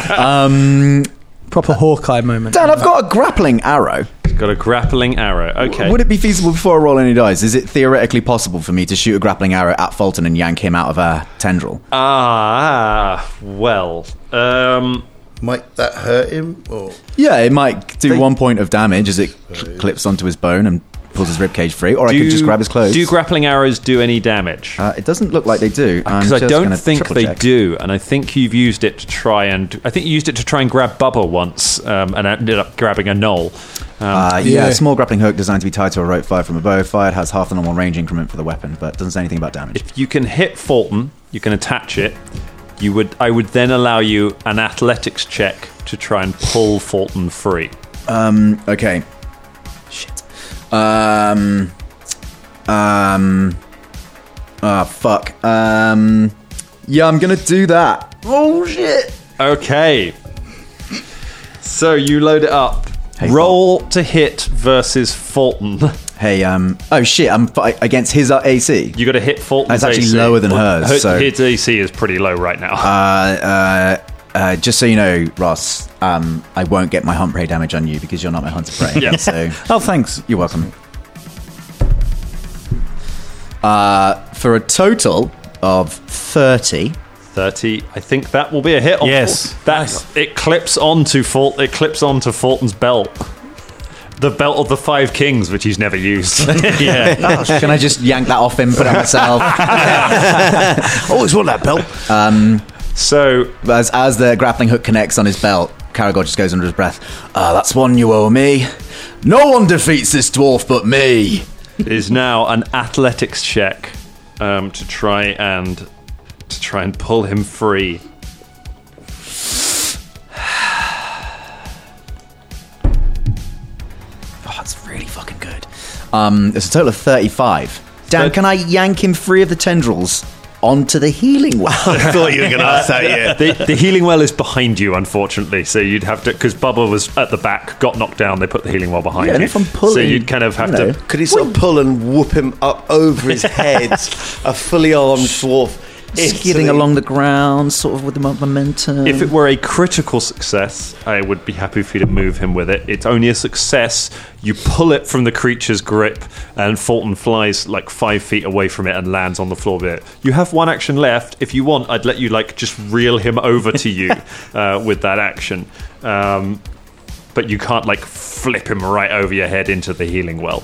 [SPEAKER 4] um,
[SPEAKER 1] Proper Hawkeye moment.
[SPEAKER 4] Dan, I've got a grappling arrow.
[SPEAKER 3] She's got a grappling arrow. Okay.
[SPEAKER 4] Would it be feasible before I roll any dice? Is it theoretically possible for me to shoot a grappling arrow at Fulton and yank him out of her tendril?
[SPEAKER 3] ah, well. Um,
[SPEAKER 8] might that hurt him? Or
[SPEAKER 4] Yeah, it might do one point of damage as it cl- clips onto his bone and pulls his ribcage free, or I could just grab his clothes.
[SPEAKER 3] Do grappling arrows do any damage?
[SPEAKER 4] uh, it doesn't look like they do. I'm
[SPEAKER 3] Because Uh, I
[SPEAKER 4] just
[SPEAKER 3] don't
[SPEAKER 4] gonna
[SPEAKER 3] think
[SPEAKER 4] triple
[SPEAKER 3] they
[SPEAKER 4] check.
[SPEAKER 3] do, and I think you've used it to try and. I think you used it to try and grab Bubba once, um, and ended up grabbing a knoll.
[SPEAKER 4] Uh, yeah,
[SPEAKER 1] Yeah.
[SPEAKER 4] a small grappling hook designed to be tied to a rope fired from a bow. Fired has half the normal range increment for the weapon, but doesn't say anything about damage.
[SPEAKER 3] If you can hit Fulton, you can attach it. You would. I would then allow you an athletics check to try and pull Fulton free.
[SPEAKER 4] Okay. Shit. Um. Um. Ah, fuck. Um. Yeah, I'm gonna do that. Oh shit!
[SPEAKER 3] Okay. So you load it up. Roll to hit versus Fulton.
[SPEAKER 4] Hey, um. Oh shit! I'm fi- against his uh, AC.
[SPEAKER 3] You got to hit Fulton.
[SPEAKER 4] That's actually
[SPEAKER 3] AC.
[SPEAKER 4] lower than hers,
[SPEAKER 3] Her,
[SPEAKER 4] so-
[SPEAKER 3] His AC is pretty low right now.
[SPEAKER 4] Uh, uh, uh, just so you know, Ross, um, I won't get my hunt prey damage on you because you're not my hunter prey.
[SPEAKER 3] Yeah.
[SPEAKER 4] So
[SPEAKER 6] Oh, thanks.
[SPEAKER 4] you're welcome. Uh, for a total of 30.
[SPEAKER 3] 30. I think that will be a hit. On
[SPEAKER 6] Yes.
[SPEAKER 3] Fult- That it clips onto Fult. It clips onto Fulton's belt. The belt of the five kings, which he's never used. yeah.
[SPEAKER 4] Can I just yank that off him, put it on myself?
[SPEAKER 5] Always want that belt.
[SPEAKER 3] So
[SPEAKER 4] as, as the grappling hook connects on his belt, Caragor just goes under his breath. Ah, that's one you owe me. No one defeats this dwarf but me.
[SPEAKER 3] it is now an athletics check um, to try and to try and pull him free.
[SPEAKER 4] Oh, that's really fucking good. Um, it's a total of 35. Dan, can I yank him free of the tendrils onto the healing well?
[SPEAKER 8] I thought you were going to ask that. Yeah.
[SPEAKER 3] The, the healing well is behind you, unfortunately. So you'd have to because Bubba was at the back, got knocked down. They put the healing well behind
[SPEAKER 4] Yeah,
[SPEAKER 3] you.
[SPEAKER 4] and if I'm
[SPEAKER 3] so
[SPEAKER 4] pulling,
[SPEAKER 3] you'd kind of have
[SPEAKER 4] you know.
[SPEAKER 3] to
[SPEAKER 7] Could he sort of pull and whoop him up over his head? a fully armed dwarf.
[SPEAKER 4] Skidding along the ground, sort of with the mo- momentum.
[SPEAKER 3] If it were a critical success, I would be happy for you to move him with it. It's only a success. You pull it from the creature's grip, and Fulton flies like five feet away from it and lands on the floor bit. You have one action left. If you want, I'd let you like just reel him over to you uh, with that action. Um, but you can't like flip him right over your head into the healing well.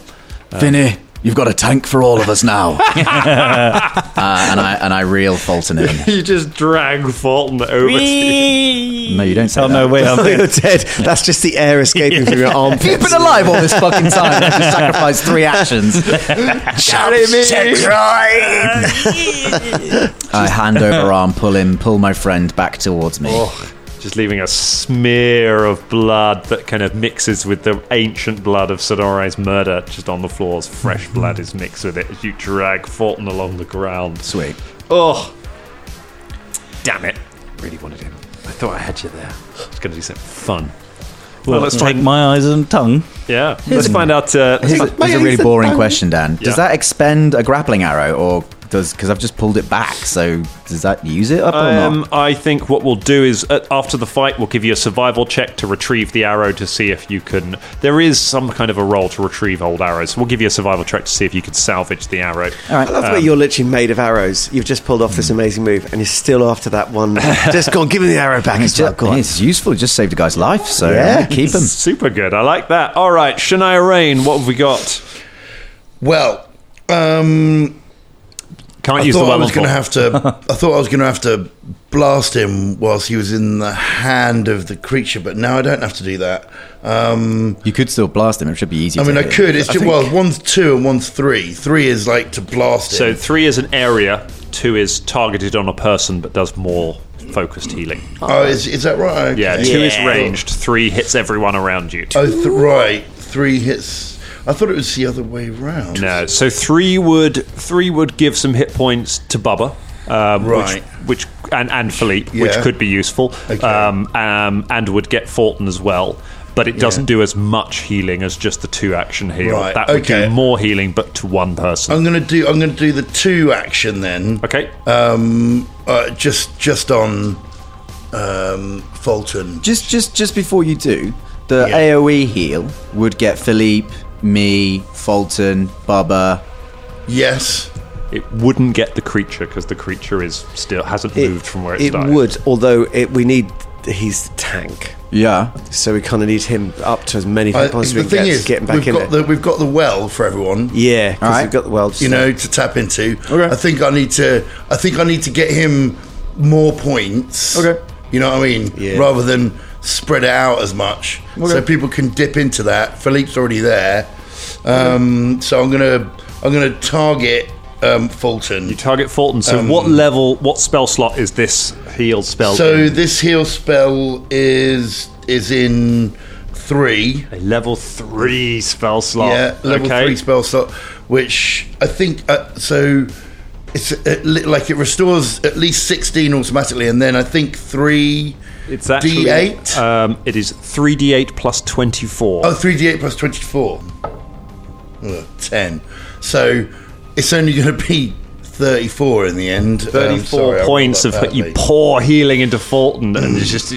[SPEAKER 4] Vinny, you've got a tank for all of us now. uh, and I and I reel Fulton in.
[SPEAKER 3] You just drag Fulton over to you.
[SPEAKER 4] No, you don't say
[SPEAKER 6] Oh,
[SPEAKER 4] that.
[SPEAKER 6] no, wait. I'm
[SPEAKER 7] You're dead. That's just the air escaping from your arm.
[SPEAKER 4] You've been alive all this fucking time. You sacrificed three actions. I hand over arm, pull him, pull my friend back towards me.
[SPEAKER 3] Oh. Just leaving a smear of blood that kind of mixes with the ancient blood of Sonore's murder just on the floors. Fresh blood is mixed with it as you drag Fulton along the ground.
[SPEAKER 4] Sweet.
[SPEAKER 3] Oh, damn it. Really wanted him. I thought I had you there. It's going to do something fun.
[SPEAKER 6] Well, let's take my eyes and tongue.
[SPEAKER 3] Yeah. Let's find out. Uh, let's
[SPEAKER 4] Here's a,
[SPEAKER 3] fi-
[SPEAKER 4] here's a really boring question, Dan.
[SPEAKER 3] Yeah.
[SPEAKER 4] Does that expend a grappling arrow, or does because I've just pulled it back? So does that use it up or not?
[SPEAKER 3] um, I think what we'll do is uh, after the fight, we'll give you a survival check to retrieve the arrow to see if you can. There is some kind of a role to retrieve old arrows. We'll give you a survival check to see if you can salvage the arrow.
[SPEAKER 7] I love the way you're literally made of arrows. You've just pulled off this amazing move, and you're still after that one. just go on, give me the arrow back. It's, well.
[SPEAKER 4] Ju-
[SPEAKER 7] Go on.
[SPEAKER 4] it's useful. It just saved a guy's life, so
[SPEAKER 7] Yeah.
[SPEAKER 4] yeah. keep him.
[SPEAKER 3] Super good. I like that. All right, Shania Rain, what have we got?
[SPEAKER 8] Well, um,
[SPEAKER 3] Can't
[SPEAKER 8] I
[SPEAKER 3] use the
[SPEAKER 8] thought
[SPEAKER 3] weapon.
[SPEAKER 8] I was going
[SPEAKER 3] for-
[SPEAKER 8] to have to. I thought I was going to have to blast him whilst he was in the hand of the creature, but now I don't have to do that. Um,
[SPEAKER 4] You could still blast him. It should be easy.
[SPEAKER 8] I
[SPEAKER 4] to
[SPEAKER 8] mean, I
[SPEAKER 4] hit.
[SPEAKER 8] could. It's just, well, one's two and one's three. Three is like to blast
[SPEAKER 3] So
[SPEAKER 8] him.
[SPEAKER 3] three is an area, two is targeted on a person but does more focused healing.
[SPEAKER 8] oh, is, is that right? Okay.
[SPEAKER 3] Yeah, two is
[SPEAKER 5] Yeah.
[SPEAKER 3] ranged, three hits everyone around you.
[SPEAKER 8] Oh, th- right. Three hits. I thought it was the other way round.
[SPEAKER 3] No, so three would three would give some hit points to Bubba, um,
[SPEAKER 8] Right.
[SPEAKER 3] Which, which and and Philippe, which
[SPEAKER 8] Yeah.
[SPEAKER 3] could be useful,
[SPEAKER 8] Okay.
[SPEAKER 3] um, um, and would get Fulton as well. But it doesn't do as much healing as just the two action heal.
[SPEAKER 8] Right,
[SPEAKER 3] That would
[SPEAKER 8] okay. Oh.
[SPEAKER 3] do more healing, but to one person.
[SPEAKER 8] I'm gonna do. I'm gonna do the two action then.
[SPEAKER 3] okay.
[SPEAKER 8] Um. Uh, just. Just on. Um. Fulton.
[SPEAKER 4] Just, just, just before you do, the
[SPEAKER 8] Yeah.
[SPEAKER 4] AOE heal would get Philippe, me, Fulton, Bubba.
[SPEAKER 8] Yes.
[SPEAKER 3] it wouldn't get the creature because the creature is still hasn't moved from where it,
[SPEAKER 7] it
[SPEAKER 3] started.
[SPEAKER 7] would, although it, we need he's the tank,
[SPEAKER 4] Yeah.
[SPEAKER 7] so we kind of need him up to as many
[SPEAKER 8] I-
[SPEAKER 7] hit points as we
[SPEAKER 8] Uh, the
[SPEAKER 7] can
[SPEAKER 8] thing
[SPEAKER 7] get,
[SPEAKER 8] is,
[SPEAKER 7] getting back
[SPEAKER 8] we've
[SPEAKER 7] in
[SPEAKER 8] got
[SPEAKER 7] it.
[SPEAKER 8] the we've got the well for everyone.
[SPEAKER 7] yeah, because
[SPEAKER 4] Alright.
[SPEAKER 7] we've got the world.
[SPEAKER 8] You
[SPEAKER 7] so-
[SPEAKER 8] know, to tap into. I think I need to. I think I need to get him more points.
[SPEAKER 4] Okay.
[SPEAKER 8] You know what I mean?
[SPEAKER 7] Yeah.
[SPEAKER 8] Rather than spread it out as much, so people can dip into that. Philippe's already there, um, so I'm gonna I'm gonna target um, Fulton.
[SPEAKER 3] Target Fulton. So, what level, what spell slot is this heal spell?
[SPEAKER 8] Um, So
[SPEAKER 3] in?
[SPEAKER 8] this heal spell is is in three.
[SPEAKER 3] a level three spell slot.
[SPEAKER 8] Yeah, level
[SPEAKER 3] okay.
[SPEAKER 8] three spell slot, which I think uh, so. It's uh, li- like it restores at least sixteen automatically, and then I think three.
[SPEAKER 3] It's actually
[SPEAKER 8] D8?
[SPEAKER 3] Um, it is three d8 plus twenty four.
[SPEAKER 8] Oh, 3d8 plus 24. Ugh, 10. So it's only going to be 34 in the end. Um,
[SPEAKER 3] Thirty-four
[SPEAKER 8] sorry, I
[SPEAKER 3] points of
[SPEAKER 8] rolled up
[SPEAKER 3] you
[SPEAKER 8] badly.
[SPEAKER 3] pour healing into Fulton, and it's just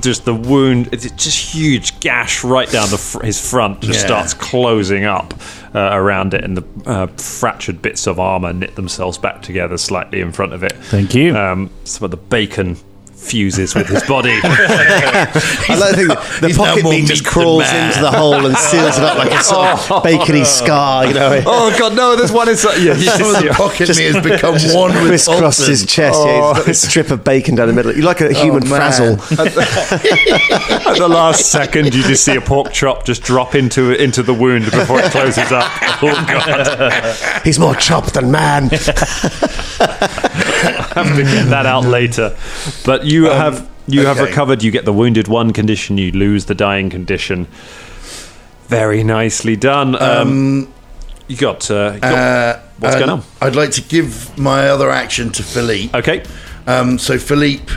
[SPEAKER 3] just the wound. It's just huge gash right down the fr- his front. Just
[SPEAKER 8] Yeah.
[SPEAKER 3] starts closing up uh, around it, and the uh, fractured bits of armor knit themselves back together slightly in front of it.
[SPEAKER 6] Thank you.
[SPEAKER 3] Um, some of the bacon fuses with his body.
[SPEAKER 7] I like to think that the
[SPEAKER 8] He's now
[SPEAKER 7] pocket
[SPEAKER 8] more
[SPEAKER 7] meat Oh.
[SPEAKER 8] meat
[SPEAKER 7] just
[SPEAKER 8] than
[SPEAKER 7] crawls
[SPEAKER 8] man.
[SPEAKER 7] into the hole and seals it up like a sort of bacony scar, you know.
[SPEAKER 3] oh god, no! This one is yeah. he's
[SPEAKER 8] Some of the pocket me has become one with
[SPEAKER 7] Crisscrossed his chest, yeah, he's got this strip of bacon down the middle. You're like a human frazzle.
[SPEAKER 3] At the last second, you just see a pork chop just drop into into the wound before it closes up. Oh god!
[SPEAKER 7] He's more chopped than man.
[SPEAKER 3] Have to get that out later. But you have you have
[SPEAKER 8] okay.
[SPEAKER 3] recovered. You get the wounded one condition. You lose the dying condition. Very nicely done. Um, you got. Uh, you got- what's going on?
[SPEAKER 8] I'd like to give my other action to Philippe.
[SPEAKER 3] Okay.
[SPEAKER 8] Um, so Philippe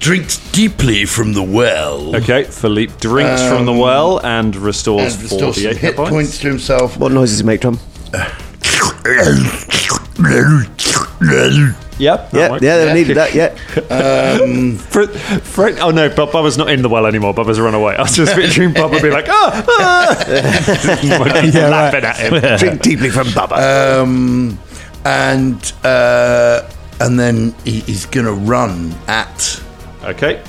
[SPEAKER 8] drinks deeply from the well.
[SPEAKER 3] Okay. Philippe drinks from the well and restores,
[SPEAKER 8] And restores some
[SPEAKER 3] 48
[SPEAKER 8] hit
[SPEAKER 3] points.
[SPEAKER 8] points. to himself.
[SPEAKER 7] What noise does he make, Tom?
[SPEAKER 3] Yep. that
[SPEAKER 7] Yeah,
[SPEAKER 3] works.
[SPEAKER 7] yeah, they needed that, yeah.
[SPEAKER 3] Fr- Fr- oh no, Bob, Bubba's not in the well anymore. Bubba's run away. I was just picturing Bubba be like, ah, ah. laughing at him.
[SPEAKER 5] Drink deeply from Bubba.
[SPEAKER 8] Um, and uh, and then he, he's going to run at
[SPEAKER 3] Okay,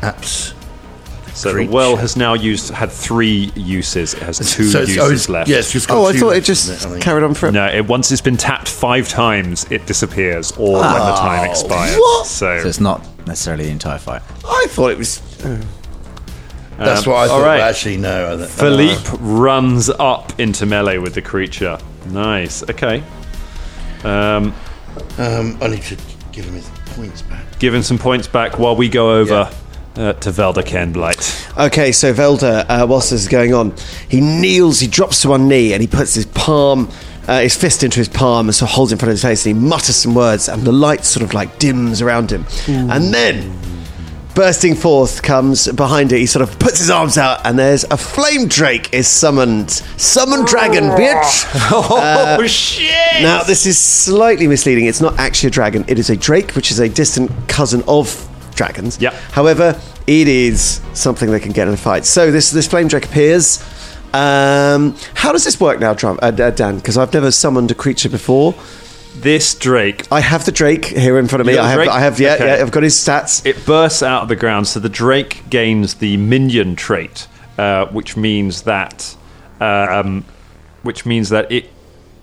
[SPEAKER 8] at
[SPEAKER 3] so
[SPEAKER 8] Creature.
[SPEAKER 3] the well has now used had three uses. It has two
[SPEAKER 8] So it's-
[SPEAKER 3] uses
[SPEAKER 8] oh, it's-
[SPEAKER 3] left.
[SPEAKER 8] Yeah, it's just got
[SPEAKER 7] Oh, I
[SPEAKER 8] two
[SPEAKER 7] thought it
[SPEAKER 8] left,
[SPEAKER 7] just
[SPEAKER 8] isn't I think.
[SPEAKER 7] carried on forever.
[SPEAKER 3] No, it, once it's been tapped five times, it disappears, or when the time expires. So,
[SPEAKER 4] So it's not necessarily the entire fight.
[SPEAKER 7] I thought it was.
[SPEAKER 8] That's what I
[SPEAKER 3] Um, all
[SPEAKER 8] thought.
[SPEAKER 3] right.
[SPEAKER 8] but Actually, no. I don't-
[SPEAKER 3] Philippe runs up into melee with the creature. Nice. Okay. Um,
[SPEAKER 8] Um, I need to give him his points back.
[SPEAKER 3] give him some points back while we go over uh, to Velda Kenblight.
[SPEAKER 7] Okay, so Velda, uh, whilst this is going on, he kneels, he drops to one knee, and he puts his palm, uh, his fist into his palm, and so holds it in front of his face, and he mutters some words, and the light sort of like dims around him. And then, bursting forth, comes behind it, he sort of puts his arms out, and there's a flame drake is summoned. Summon dragon, bitch!
[SPEAKER 3] oh shit!
[SPEAKER 7] Now, this is slightly misleading. It's not actually a dragon. It is a drake, which is a distant cousin of dragons.
[SPEAKER 3] Yep.
[SPEAKER 7] However, it is something they can get in a fight. So this this flame drake appears. Um, how does this work now, Trump, uh, uh, Dan? Because I've never summoned a creature before.
[SPEAKER 3] This Drake,
[SPEAKER 7] I have the drake here in front of me.
[SPEAKER 3] You got
[SPEAKER 7] I
[SPEAKER 3] the
[SPEAKER 7] have,
[SPEAKER 3] drake?
[SPEAKER 7] I have, yeah,
[SPEAKER 3] Okay.
[SPEAKER 7] yeah. I've got his stats.
[SPEAKER 3] it bursts out of the ground, so the Drake gains the minion trait, uh, which means that, uh, um, which means that it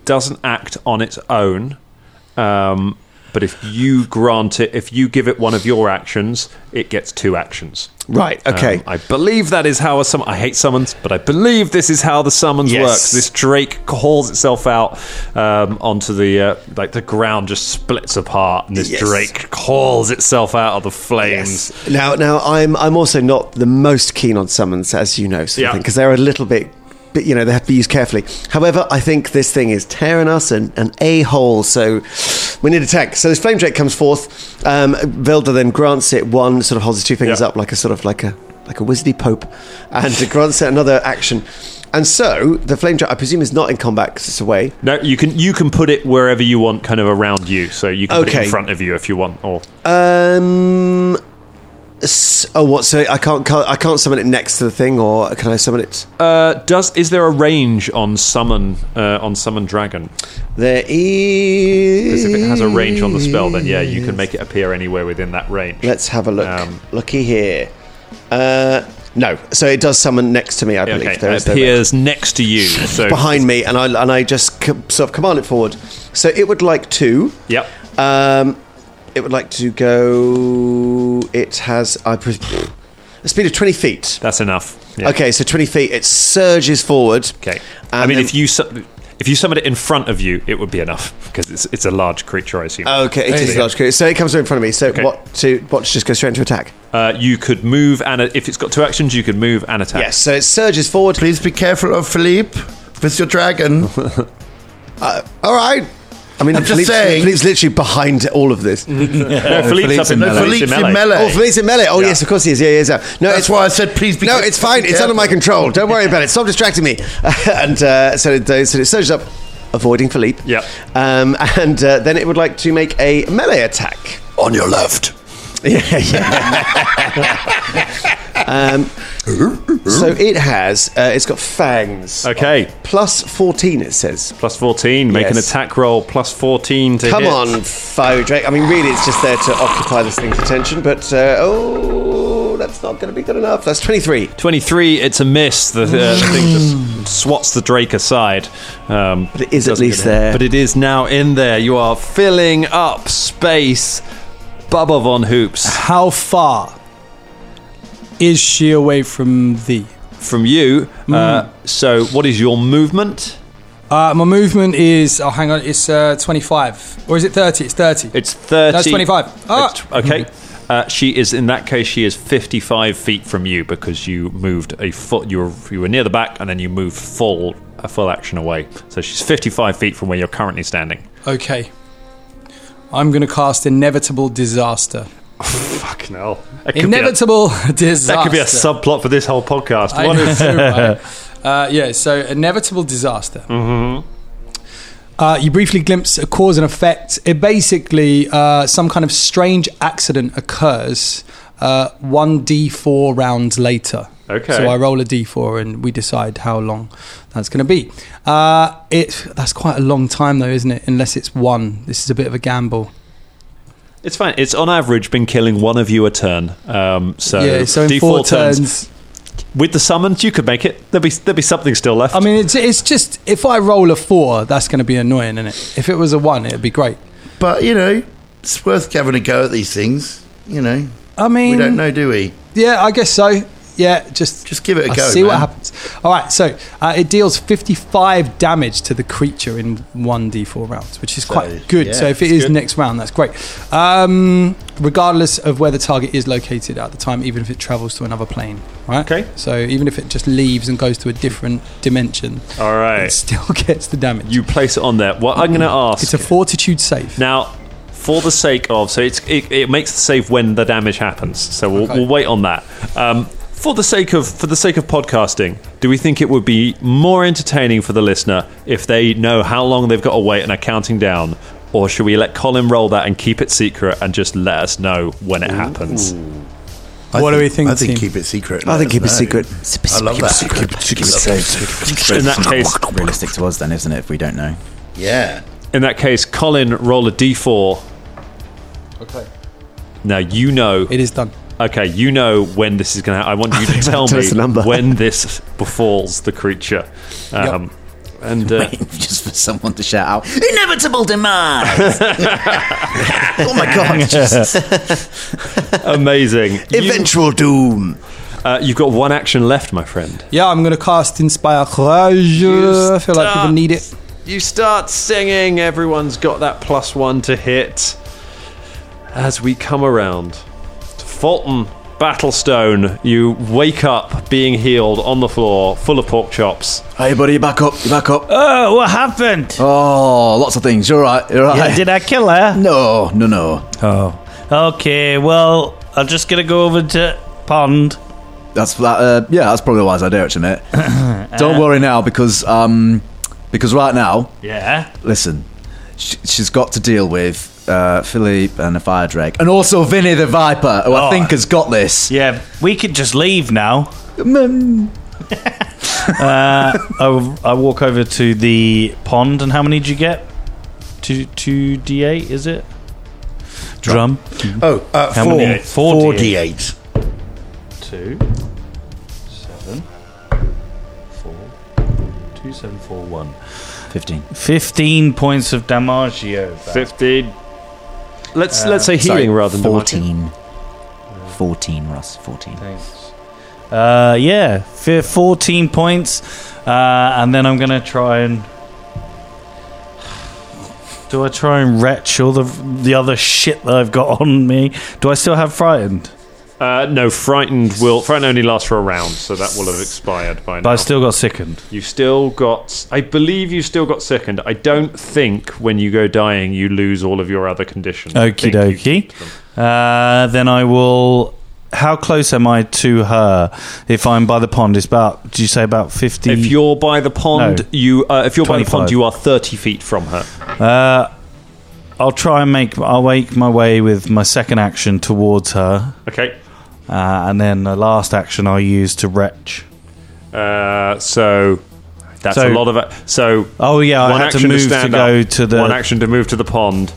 [SPEAKER 3] doesn't act on its own. Um, But if you grant it, if you give it one of your actions, it gets two actions.
[SPEAKER 7] Right, okay.
[SPEAKER 3] Um, I believe that is how a summon. I hate summons, but I believe this is how the summons
[SPEAKER 6] Yes.
[SPEAKER 3] works. This Drake calls itself out um, onto the uh, like the ground, just splits apart, and this
[SPEAKER 7] Yes.
[SPEAKER 3] Drake calls itself out of the flames.
[SPEAKER 7] Now, now I'm I'm also not the most keen on summons, as you know,
[SPEAKER 3] Yeah.
[SPEAKER 7] because they're a little bit, but you know they have to be used carefully. However, I think this thing is tearing us an, an a hole, so we need a tank. So this flame drake comes forth. Um, Velda then grants it one, sort of holds his two fingers
[SPEAKER 3] Yeah.
[SPEAKER 7] up like a sort of like a like a wizardy pope, and grants it another action. And so the flame drake, I presume, is not in combat because it's away.
[SPEAKER 3] No, you can you can put it wherever you want, kind of around you. So you can put it
[SPEAKER 7] Okay.
[SPEAKER 3] in front of you if you want, or
[SPEAKER 7] Um. s- Oh, what? So I can't, can't I can't summon it next to the thing, or can I summon it?
[SPEAKER 3] Uh, does is there a range on summon uh, on summon dragon?
[SPEAKER 7] There is.
[SPEAKER 3] Because if it has a range on the spell, then yeah, you can make it appear anywhere within that range.
[SPEAKER 7] Let's have a look.
[SPEAKER 3] Um,
[SPEAKER 7] Looky here. Uh, no, so it does summon next to me. I believe
[SPEAKER 3] okay,
[SPEAKER 7] there is
[SPEAKER 3] it
[SPEAKER 7] no range.
[SPEAKER 3] appears next to you. So
[SPEAKER 7] behind me, and I and I just c- sort of command it forward. So it would like to.
[SPEAKER 3] Yep.
[SPEAKER 7] Um, it would like to go. It has. I pres- a speed of twenty feet.
[SPEAKER 3] That's enough. Yeah.
[SPEAKER 7] Okay, so twenty feet. It surges forward.
[SPEAKER 3] Okay. I
[SPEAKER 7] And
[SPEAKER 3] mean,
[SPEAKER 7] then-
[SPEAKER 3] if you su- if you summon it in front of you, it would be enough because it's it's a large creature. I assume.
[SPEAKER 7] Okay, it is
[SPEAKER 3] Yeah.
[SPEAKER 7] large. creature. So it comes in front of me. So
[SPEAKER 3] Okay.
[SPEAKER 7] what? To what? to Just go straight into attack.
[SPEAKER 3] Uh, you could move and if it's got two actions, you could move and attack.
[SPEAKER 7] Yes. So it surges forward.
[SPEAKER 8] Please be careful of Philippe. If it's your dragon,
[SPEAKER 7] All right. I mean,
[SPEAKER 8] I'm just
[SPEAKER 7] Philippe's,
[SPEAKER 8] saying.
[SPEAKER 7] Philippe's literally behind all of this.
[SPEAKER 3] No, Philippe's
[SPEAKER 6] Philippe's
[SPEAKER 3] up in,
[SPEAKER 6] in
[SPEAKER 3] no,
[SPEAKER 6] melee.
[SPEAKER 3] Philippe's in melee.
[SPEAKER 7] Oh, Philippe's in melee. Oh, yes, of course he is. Yeah, yeah, yeah. No,
[SPEAKER 8] That's
[SPEAKER 7] it's,
[SPEAKER 8] why I said please be
[SPEAKER 7] No,
[SPEAKER 8] ca-
[SPEAKER 7] it's fine. It's
[SPEAKER 8] careful.
[SPEAKER 7] under my control. Don't worry about it. Stop distracting me. and uh, so, it, so it surges up, avoiding Philippe.
[SPEAKER 3] Yep.
[SPEAKER 7] Um, and uh, then it would like to make a melee attack.
[SPEAKER 8] on your left.
[SPEAKER 7] Yeah, yeah. um, so it has. Uh, it's got fangs.
[SPEAKER 3] Okay,
[SPEAKER 7] Plus fourteen, it says.
[SPEAKER 3] plus fourteen. Make an
[SPEAKER 7] Yes.
[SPEAKER 3] attack roll. Plus fourteen to
[SPEAKER 7] Come
[SPEAKER 3] hit.
[SPEAKER 7] on, Faux Drake. I mean, really, it's just there to occupy this thing's attention, but uh, oh, that's not going to be good enough. That's 23.
[SPEAKER 3] 23, it's a miss. The, uh, the thing just swats the Drake aside. Um, but
[SPEAKER 7] it is at least there.
[SPEAKER 3] But it is now in there. You are filling up space. Bubba Von Hoops.
[SPEAKER 1] How far is she away from thee?
[SPEAKER 3] From you.
[SPEAKER 1] Hmm.
[SPEAKER 3] Uh, so, what is your movement?
[SPEAKER 1] Uh, my movement is. Oh, hang on. It's uh, 25. Or is it 30? It's 30.
[SPEAKER 3] It's 30.
[SPEAKER 1] That's 25. Ah! Hmm.
[SPEAKER 3] It's tw- okay. Uh, she is in that case. She is fifty-five feet from you because you moved a foot. You were you were near the back, and then you moved full a full action away. So she's fifty-five feet from where you're currently standing.
[SPEAKER 1] okay. I'm going to cast Inevitable Disaster.
[SPEAKER 3] Fuck no. That could be a-
[SPEAKER 1] Inevitable Disaster.
[SPEAKER 3] That could be a subplot for this whole podcast.
[SPEAKER 1] I
[SPEAKER 3] What
[SPEAKER 1] know,
[SPEAKER 3] is-
[SPEAKER 1] right? Uh, yeah, so inevitable disaster. Mm-hmm. Uh, you briefly glimpse a cause and effect. It basically, uh, some kind of strange accident occurs uh, 1d4 rounds later.
[SPEAKER 3] Okay.
[SPEAKER 1] So I roll a d4 and we decide how long that's going to be. Uh, it, that's quite a long time, though, isn't it? Unless it's one. This is a bit of a gamble.
[SPEAKER 3] it's fine. It's on average been killing one of you a turn. Um, so
[SPEAKER 1] yeah, so in
[SPEAKER 3] D4
[SPEAKER 1] four
[SPEAKER 3] turns.
[SPEAKER 1] turns.
[SPEAKER 3] With the summons, you could make it. There'll be there'll be something still left.
[SPEAKER 1] I mean, it's, it's just if I roll a four, that's going to be annoying, isn't it? If it was a one, it'd be great.
[SPEAKER 8] But you know, it's worth having a go at these things. You know,
[SPEAKER 1] I mean,
[SPEAKER 8] we don't know, do we?
[SPEAKER 1] Yeah, I guess so. Yeah, just
[SPEAKER 8] Just give it a
[SPEAKER 1] I'll
[SPEAKER 8] go,
[SPEAKER 1] See what
[SPEAKER 8] man.
[SPEAKER 1] happens. All right, so uh, it deals fifty-five damage to the creature in one d4 rounds, which is quite good.
[SPEAKER 8] yeah,
[SPEAKER 1] so if it is next round, that's great. Um, regardless of where the target is located at the time, even if it travels to another plane, right?
[SPEAKER 3] Okay.
[SPEAKER 1] So even if it just leaves and goes to a different dimension,
[SPEAKER 3] All right.
[SPEAKER 1] it still gets the damage.
[SPEAKER 3] you place it on there. What I'm going to ask.
[SPEAKER 1] Mm. it's a fortitude save.
[SPEAKER 3] Now, for the sake of, so it's, it, it makes the save when the damage happens. So we'll,
[SPEAKER 1] Okay.
[SPEAKER 3] we'll wait on that. Um, for the sake of for the sake of podcasting, do we think it would be more entertaining for the listener if they know how long they've got to wait and are counting down, or should we let Colin roll that and keep it secret and just let us know when it happens?
[SPEAKER 1] What do we think,
[SPEAKER 8] I think
[SPEAKER 1] team?
[SPEAKER 8] keep it secret.
[SPEAKER 7] I think keep it secret.
[SPEAKER 8] I love that.
[SPEAKER 3] In that case,
[SPEAKER 4] realistic to us, then, isn't it? If we don't know,
[SPEAKER 8] Yeah.
[SPEAKER 3] in that case, Colin roll a d4.
[SPEAKER 1] Okay.
[SPEAKER 3] Now you know
[SPEAKER 1] It is done.
[SPEAKER 3] Okay, you know when this is going to happen. I want you to tell
[SPEAKER 7] tell
[SPEAKER 3] me
[SPEAKER 7] us the number.
[SPEAKER 3] when this befalls the creature. Um, And uh,
[SPEAKER 4] Wait, just for someone to shout out, inevitable demise! oh my god, Jesus.
[SPEAKER 3] amazing.
[SPEAKER 5] Eventual doom.
[SPEAKER 3] You, uh, you've got one action left, my friend.
[SPEAKER 1] Yeah, I'm going to cast Inspire Courage. I feel like people need it.
[SPEAKER 3] You start singing. Everyone's got that plus one to hit. As we come around, Fulton Battlestone, you wake up being healed on the floor, full of pork chops.
[SPEAKER 4] hey buddy, you back up, you back up.
[SPEAKER 6] Oh, what happened?
[SPEAKER 4] Oh, lots of things, you're right, you're right.
[SPEAKER 6] Yeah, did I kill her?
[SPEAKER 4] no, no, no.
[SPEAKER 6] Oh. Okay, well, I'm just gonna go over to Pond.
[SPEAKER 4] That's that. Uh, yeah, that's probably a wise idea, actually, mate. Don't worry now, because um, because right now,
[SPEAKER 6] Yeah.
[SPEAKER 4] listen, sh- she's got to deal with uh, Philippe and the fire drake, and also Vinny the Viper, who I
[SPEAKER 6] Oh.
[SPEAKER 4] think has got this.
[SPEAKER 6] Yeah, we could just leave now.
[SPEAKER 4] Mm,
[SPEAKER 6] I, I walk over to the pond, and how many did you get? Two, two D8, is it? Drum.
[SPEAKER 8] Oh, uh,
[SPEAKER 6] How
[SPEAKER 8] four.
[SPEAKER 6] many? Four
[SPEAKER 8] Four
[SPEAKER 6] D
[SPEAKER 8] D8.
[SPEAKER 3] Two, seven, four, two, seven, four, one.
[SPEAKER 4] Fifteen.
[SPEAKER 6] 15 points of Damagio.
[SPEAKER 3] Fifteen. Let's let's say healing
[SPEAKER 4] Uh, Sorry,
[SPEAKER 3] rather than damage.
[SPEAKER 4] fourteen. Fourteen, Russ. Fourteen.
[SPEAKER 6] Thanks. Uh, yeah, f- 14 points. Uh, and then I'm going to try and. Do I try and retch all the the other shit that I've got on me? Do I still have frightened?
[SPEAKER 3] Uh, no, frightened will frightened only lasts for a round, so that will have expired by now.
[SPEAKER 6] But I've still got sickened.
[SPEAKER 3] you still got, I believe you still got sickened. I don't think when you go dying you lose all of your other conditions. I
[SPEAKER 6] Okie
[SPEAKER 3] think you keep
[SPEAKER 6] dokie.
[SPEAKER 3] them.
[SPEAKER 6] Uh, then I will. How close am I to her? If I'm by the pond, it's about. Do you say about fifty?
[SPEAKER 3] If you're by the pond,
[SPEAKER 6] No.
[SPEAKER 3] you uh, if you're by the pond,
[SPEAKER 6] 25.
[SPEAKER 3] you are thirty feet from her.
[SPEAKER 6] I'll try and make. I'll make my way with my second action towards her,
[SPEAKER 3] Okay.
[SPEAKER 6] uh, and then the last action I'll use to retch.
[SPEAKER 3] Uh, so that's a
[SPEAKER 6] So-
[SPEAKER 3] lot of a- so.
[SPEAKER 6] Oh yeah, I
[SPEAKER 3] one
[SPEAKER 6] had to
[SPEAKER 3] action
[SPEAKER 6] move to,
[SPEAKER 3] stand
[SPEAKER 6] go
[SPEAKER 3] up,
[SPEAKER 6] to the.
[SPEAKER 3] one action to move to the pond.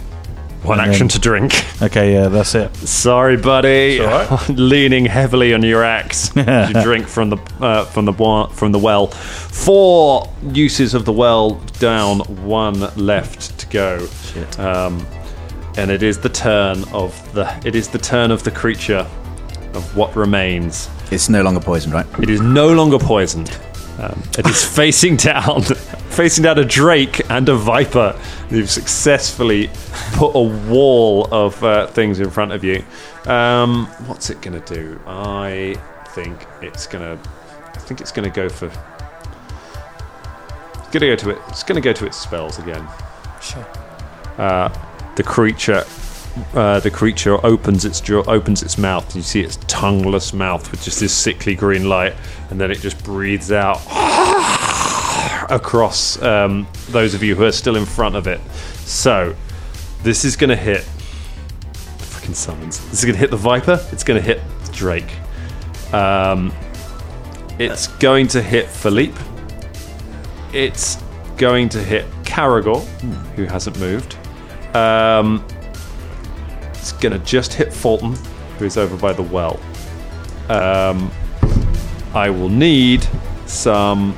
[SPEAKER 3] One
[SPEAKER 6] And
[SPEAKER 3] action
[SPEAKER 6] then-
[SPEAKER 3] to drink.
[SPEAKER 6] Okay, yeah, that's it.
[SPEAKER 3] Sorry, buddy. Leaning heavily on your axe, as you drink from the uh, from the wa- from the well. Four uses of the well down, one left to go. Um, and it is the turn of the it is the turn of the creature of what remains.
[SPEAKER 4] It's no longer poisoned, right?
[SPEAKER 3] It is no longer poisoned. Um, it is facing down, facing down a drake and a viper. You've successfully put a wall of uh, things in front of you. Um, what's it going to do? I think it's going to. I think it's going to go for. It's going to go to it. It's going to go to its spells again. Uh, the creature uh, the creature opens its jaw, opens its mouth, and you see its tongueless mouth with just this sickly green light, and then it just breathes out across um, those of you who are still in front of it. So, this is going to hit. Freaking summons. This is going to hit the Viper. It's going to hit Drake. Um, it's going to hit Philippe. It's going to hit Caragor, who hasn't moved. Um, it's gonna just hit Fulton, who's over by the well. Um, I will need some.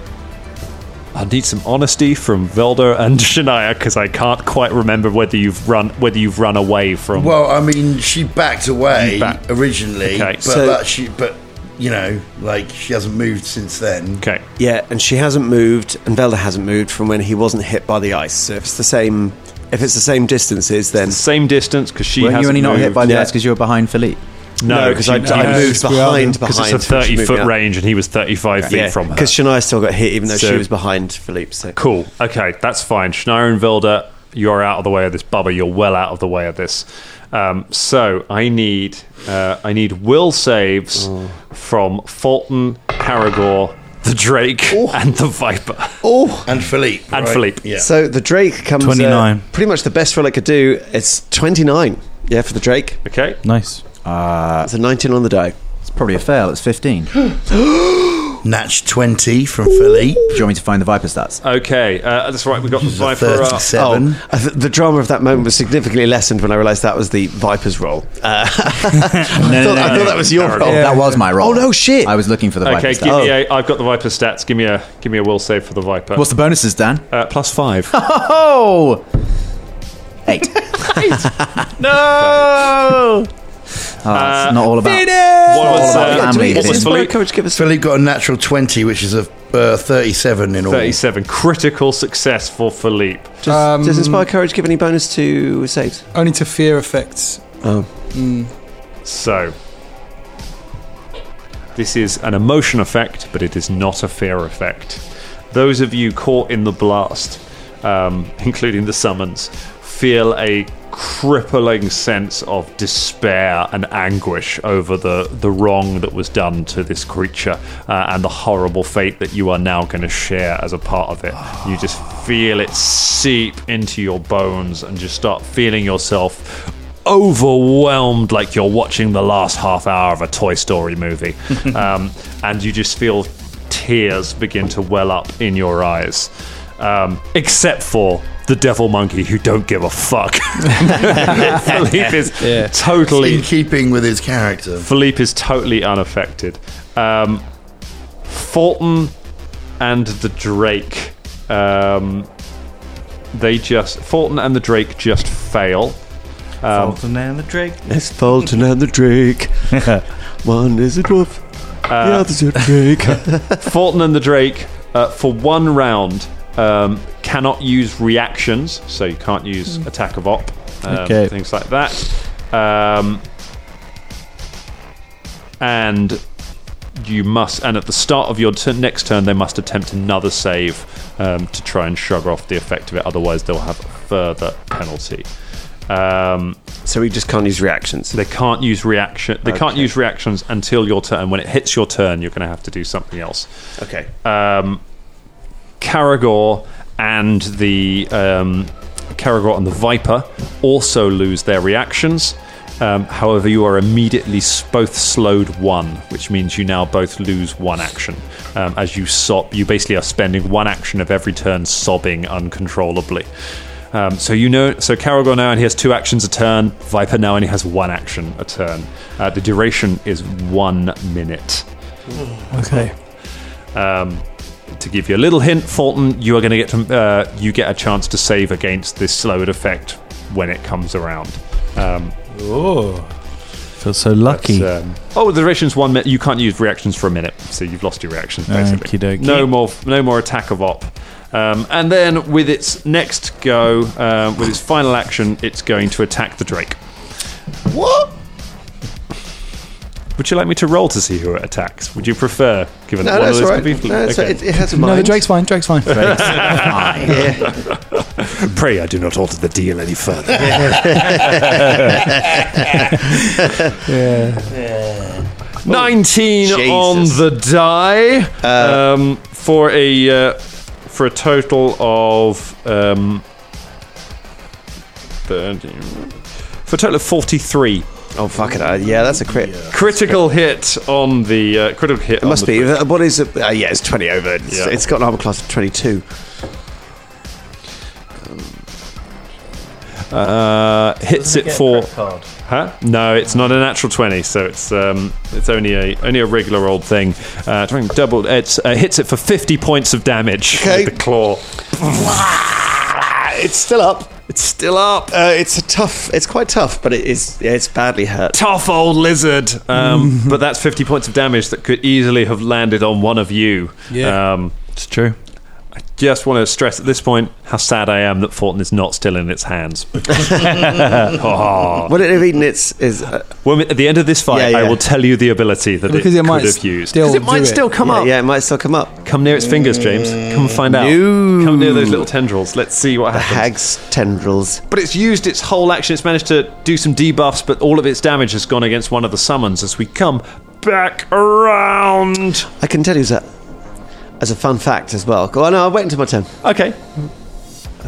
[SPEAKER 3] I need some honesty from Velda and Shania because I can't quite remember whether you've run whether you've run away from.
[SPEAKER 8] Well, I mean, she backed away
[SPEAKER 3] Back-
[SPEAKER 8] originally,
[SPEAKER 3] Okay.
[SPEAKER 8] but
[SPEAKER 7] So-
[SPEAKER 8] that she, but you know, like she hasn't moved since then.
[SPEAKER 3] okay,
[SPEAKER 7] Yeah, and she hasn't moved, and Velda hasn't moved from when he wasn't hit by the ice. So if it's the same, if it's the same distances, then
[SPEAKER 3] same distance because she
[SPEAKER 4] Weren't
[SPEAKER 3] hasn't
[SPEAKER 4] you only not hit
[SPEAKER 3] moved.
[SPEAKER 4] by the
[SPEAKER 7] Yeah.
[SPEAKER 4] ice because you were behind Philippe?
[SPEAKER 3] no
[SPEAKER 7] no, because I,
[SPEAKER 3] she-
[SPEAKER 7] I
[SPEAKER 3] no,
[SPEAKER 7] moved behind, behind.
[SPEAKER 3] because it's a thirty foot range and he was thirty five feet from her.
[SPEAKER 7] Because Shania still got hit, even though
[SPEAKER 3] So-
[SPEAKER 7] she was behind Philippe. So
[SPEAKER 3] Cool. Okay, that's fine. Schneier and Vilda, you're out of the way of this. Bubba, you're well out of the way of this. Um, so I need uh, I need will saves from Fulton, Caragor, the Drake, and the Viper.
[SPEAKER 8] And Philippe.
[SPEAKER 3] And
[SPEAKER 8] right?
[SPEAKER 3] Philippe.
[SPEAKER 8] Yeah.
[SPEAKER 7] So the Drake comes uh,
[SPEAKER 6] 29.
[SPEAKER 7] pretty much the best roll I could do. It's twenty nine. Yeah, for the Drake,
[SPEAKER 3] Okay.
[SPEAKER 6] Nice.
[SPEAKER 7] that's a nineteen on the die.
[SPEAKER 4] It's probably a fail. It's fifteen.
[SPEAKER 8] Natch 20 from Philippe.
[SPEAKER 4] Do you want me to find the Viper stats?
[SPEAKER 3] Okay, uh, oh. that's right. We got the Viper up.
[SPEAKER 8] 37.
[SPEAKER 7] Uh, th- the drama of that moment was significantly lessened when I realised that was the Viper's role. Uh, I, thought, I thought that was your role.
[SPEAKER 4] Oh, that was my role.
[SPEAKER 7] Oh, no, shit.
[SPEAKER 4] I was looking for the Viper
[SPEAKER 3] Okay,
[SPEAKER 4] stats. Oh.
[SPEAKER 3] give me a. I've got the Viper stats. Give me a. Give me a will save for the Viper.
[SPEAKER 4] What's the bonuses, Dan?
[SPEAKER 3] uh, plus five.
[SPEAKER 4] Oh, eight.
[SPEAKER 3] no.
[SPEAKER 4] Oh, it's not all about.
[SPEAKER 3] What was,
[SPEAKER 4] all about
[SPEAKER 3] uh,
[SPEAKER 4] family,
[SPEAKER 3] what
[SPEAKER 4] isn't
[SPEAKER 3] was
[SPEAKER 4] it?
[SPEAKER 3] Philippe?
[SPEAKER 8] Philippe got a natural 20, which is a uh, 37 in all.
[SPEAKER 3] 37. Critical success for Philippe.
[SPEAKER 7] Does, does Inspire Courage give any bonus to saves?
[SPEAKER 1] Only to fear effects.
[SPEAKER 3] So. This is an emotion effect, but it is not a fear effect. Those of you caught in the blast, um, including the summons, feel a crippling sense of despair and anguish over the, the wrong that was done to this creature uh, and the horrible fate that you are now going to share as a part of it. You just feel it seep into your bones and just start feeling yourself overwhelmed like you're watching the last half hour of a Toy Story movie. um, and you just feel tears begin to well up in your eyes. Um, except for the devil monkey who don't give a fuck. Philippe is totally
[SPEAKER 8] In keeping with his character.
[SPEAKER 3] Philippe is totally unaffected. Um, Fulton and the Drake, um, they just Fulton and the Drake just fail.
[SPEAKER 6] Fulton and the Drake.
[SPEAKER 7] It's Fulton and the Drake. One is a dwarf, the other's a Drake.
[SPEAKER 3] Fulton and the Drake, uh, for one round, um, cannot use reactions, so you can't use attack of op, um,
[SPEAKER 6] Okay.
[SPEAKER 3] things like that. Um, and you must, and at the start of your tu- next turn, they must attempt another save um, to try and shrug off the effect of it. Otherwise, they'll have a further penalty. Um,
[SPEAKER 7] so he just can't use reactions.
[SPEAKER 3] they can't use reaction. They can't use reactions until your turn. When it hits your turn, you're going to have to do something else.
[SPEAKER 7] Okay.
[SPEAKER 3] Caragor and the um, Caragor and the Viper also lose their reactions. Um, however, you are immediately s- both slowed one, which means you now both lose one action. Um, as you sob, you basically are spending one action of every turn sobbing uncontrollably. Um, so you know, so Caragor now only has two actions a turn. Viper now only has one action a turn. Uh, the duration is one minute.
[SPEAKER 1] Okay.
[SPEAKER 3] To give you a little hint, Fulton, you are going to get to, uh, you get a chance to save against this slowed effect when it comes around. Um,
[SPEAKER 6] Feel so lucky.
[SPEAKER 3] it's, um, oh, the duration's one minute. You can't use reactions for a minute, so you've lost your reactions basically.
[SPEAKER 6] Okey-dokey.
[SPEAKER 3] No more, no more attack of op. Um, and then with its next go, uh, with its final action, it's going to attack the Drake.
[SPEAKER 8] What?
[SPEAKER 3] Would you like me to roll to see who it attacks? Would you prefer, given that
[SPEAKER 7] no,
[SPEAKER 3] one
[SPEAKER 7] that's
[SPEAKER 3] of
[SPEAKER 7] all
[SPEAKER 3] those
[SPEAKER 7] right.
[SPEAKER 3] could be-
[SPEAKER 7] No, that's
[SPEAKER 3] Okay.
[SPEAKER 7] all right. It, it has a
[SPEAKER 1] No,
[SPEAKER 7] mind.
[SPEAKER 1] the Drake's fine. Drake's fine.
[SPEAKER 3] Pray I do not alter the deal any further. Nineteen on the die
[SPEAKER 7] Uh,
[SPEAKER 3] um, for a uh, for a total of um, 13, for a total of forty three.
[SPEAKER 7] Oh fuck it! Uh, yeah, that's a crit.
[SPEAKER 3] Critical hit on the uh, critical hit.
[SPEAKER 7] It must be. Uh, What is it? Uh, yeah, it's twenty over. It's,
[SPEAKER 3] Yeah.
[SPEAKER 7] it's got an armor class of twenty-two.
[SPEAKER 3] Uh, hits it for. Huh? No, it's not a natural twenty, so it's um, it's only a only a regular old thing. Uh, trying double. It's uh, hits it for fifty points of damage
[SPEAKER 7] Okay.
[SPEAKER 3] with the claw.
[SPEAKER 7] It's still up. It's still up. Uh, it's a tough. It's quite tough, but it is. Yeah, it's badly hurt.
[SPEAKER 3] Tough old lizard. Um, but that's fifty points of damage that could easily have landed on one of you.
[SPEAKER 1] Yeah.
[SPEAKER 3] Um,
[SPEAKER 6] it's true.
[SPEAKER 3] just want to stress at this point how sad I am that Fortin is not still in its hands.
[SPEAKER 7] Would it have eaten its? Is uh,
[SPEAKER 3] Well, at the end of this fight,
[SPEAKER 7] Yeah,
[SPEAKER 3] I
[SPEAKER 7] yeah.
[SPEAKER 3] will tell you the ability that
[SPEAKER 1] Because
[SPEAKER 3] it,
[SPEAKER 1] it might
[SPEAKER 3] could have used.
[SPEAKER 1] still
[SPEAKER 3] 'Cause it might
[SPEAKER 1] do it.
[SPEAKER 3] still come
[SPEAKER 7] yeah,
[SPEAKER 3] up.
[SPEAKER 7] yeah, it might still come up.
[SPEAKER 3] Come near its fingers, James. Come find out. Come near those little tendrils. Let's see what happens.
[SPEAKER 7] Hag's tendrils.
[SPEAKER 3] But it's used its whole action. It's managed to do some debuffs, but all of its damage has gone against one of the summons as we come back around.
[SPEAKER 7] I can tell you that as a fun fact as well. Oh no, I'll wait until my turn.
[SPEAKER 3] Okay.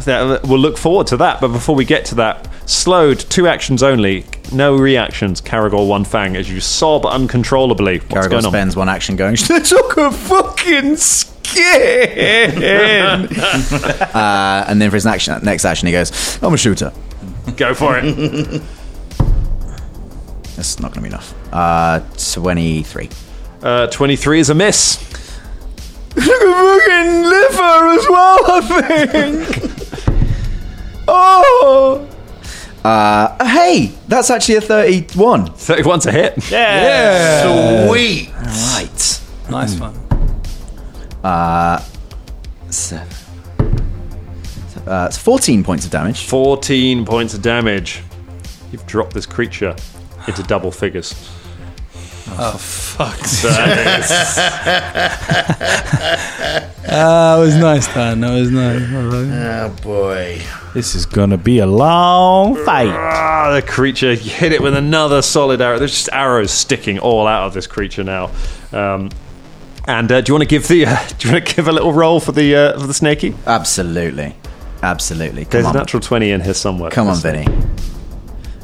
[SPEAKER 3] That- We'll look forward to that. But before we get to that, slowed, two actions only. No reactions. Caragor one fang as you sob uncontrollably. What's
[SPEAKER 4] Caragor
[SPEAKER 3] going on?
[SPEAKER 4] spends one action going, They took a fucking skin! uh, and then for his action, next action, he goes, I'm a shooter.
[SPEAKER 3] Go for it.
[SPEAKER 4] That's not going to be enough. Uh, 23.
[SPEAKER 3] uh, Twenty-three is a miss.
[SPEAKER 4] fucking liver as well, I think. oh. Uh, hey, that's actually a 31.
[SPEAKER 3] Thirty-one's a hit. Uh,
[SPEAKER 8] Sweet.
[SPEAKER 4] Right.
[SPEAKER 1] Nice one.
[SPEAKER 4] Seven. Uh, it's 14 points of damage.
[SPEAKER 3] Fourteen points of damage. You've dropped this creature into double figures.
[SPEAKER 6] Fuck.
[SPEAKER 3] That is-
[SPEAKER 1] That was nice, Dan. That was nice.
[SPEAKER 8] Oh boy.
[SPEAKER 3] uh,
[SPEAKER 6] This is gonna be a long fight.
[SPEAKER 3] Ah, the creature you hit it with another solid arrow. There's just arrows sticking all out of this creature now. Um, and uh, do you want to give the? Uh, do you want to give a little roll for the uh, for the snaky?
[SPEAKER 4] Absolutely. Absolutely. Come
[SPEAKER 3] There's
[SPEAKER 4] on.
[SPEAKER 3] a natural twenty in here somewhere.
[SPEAKER 4] Come on, Vinny.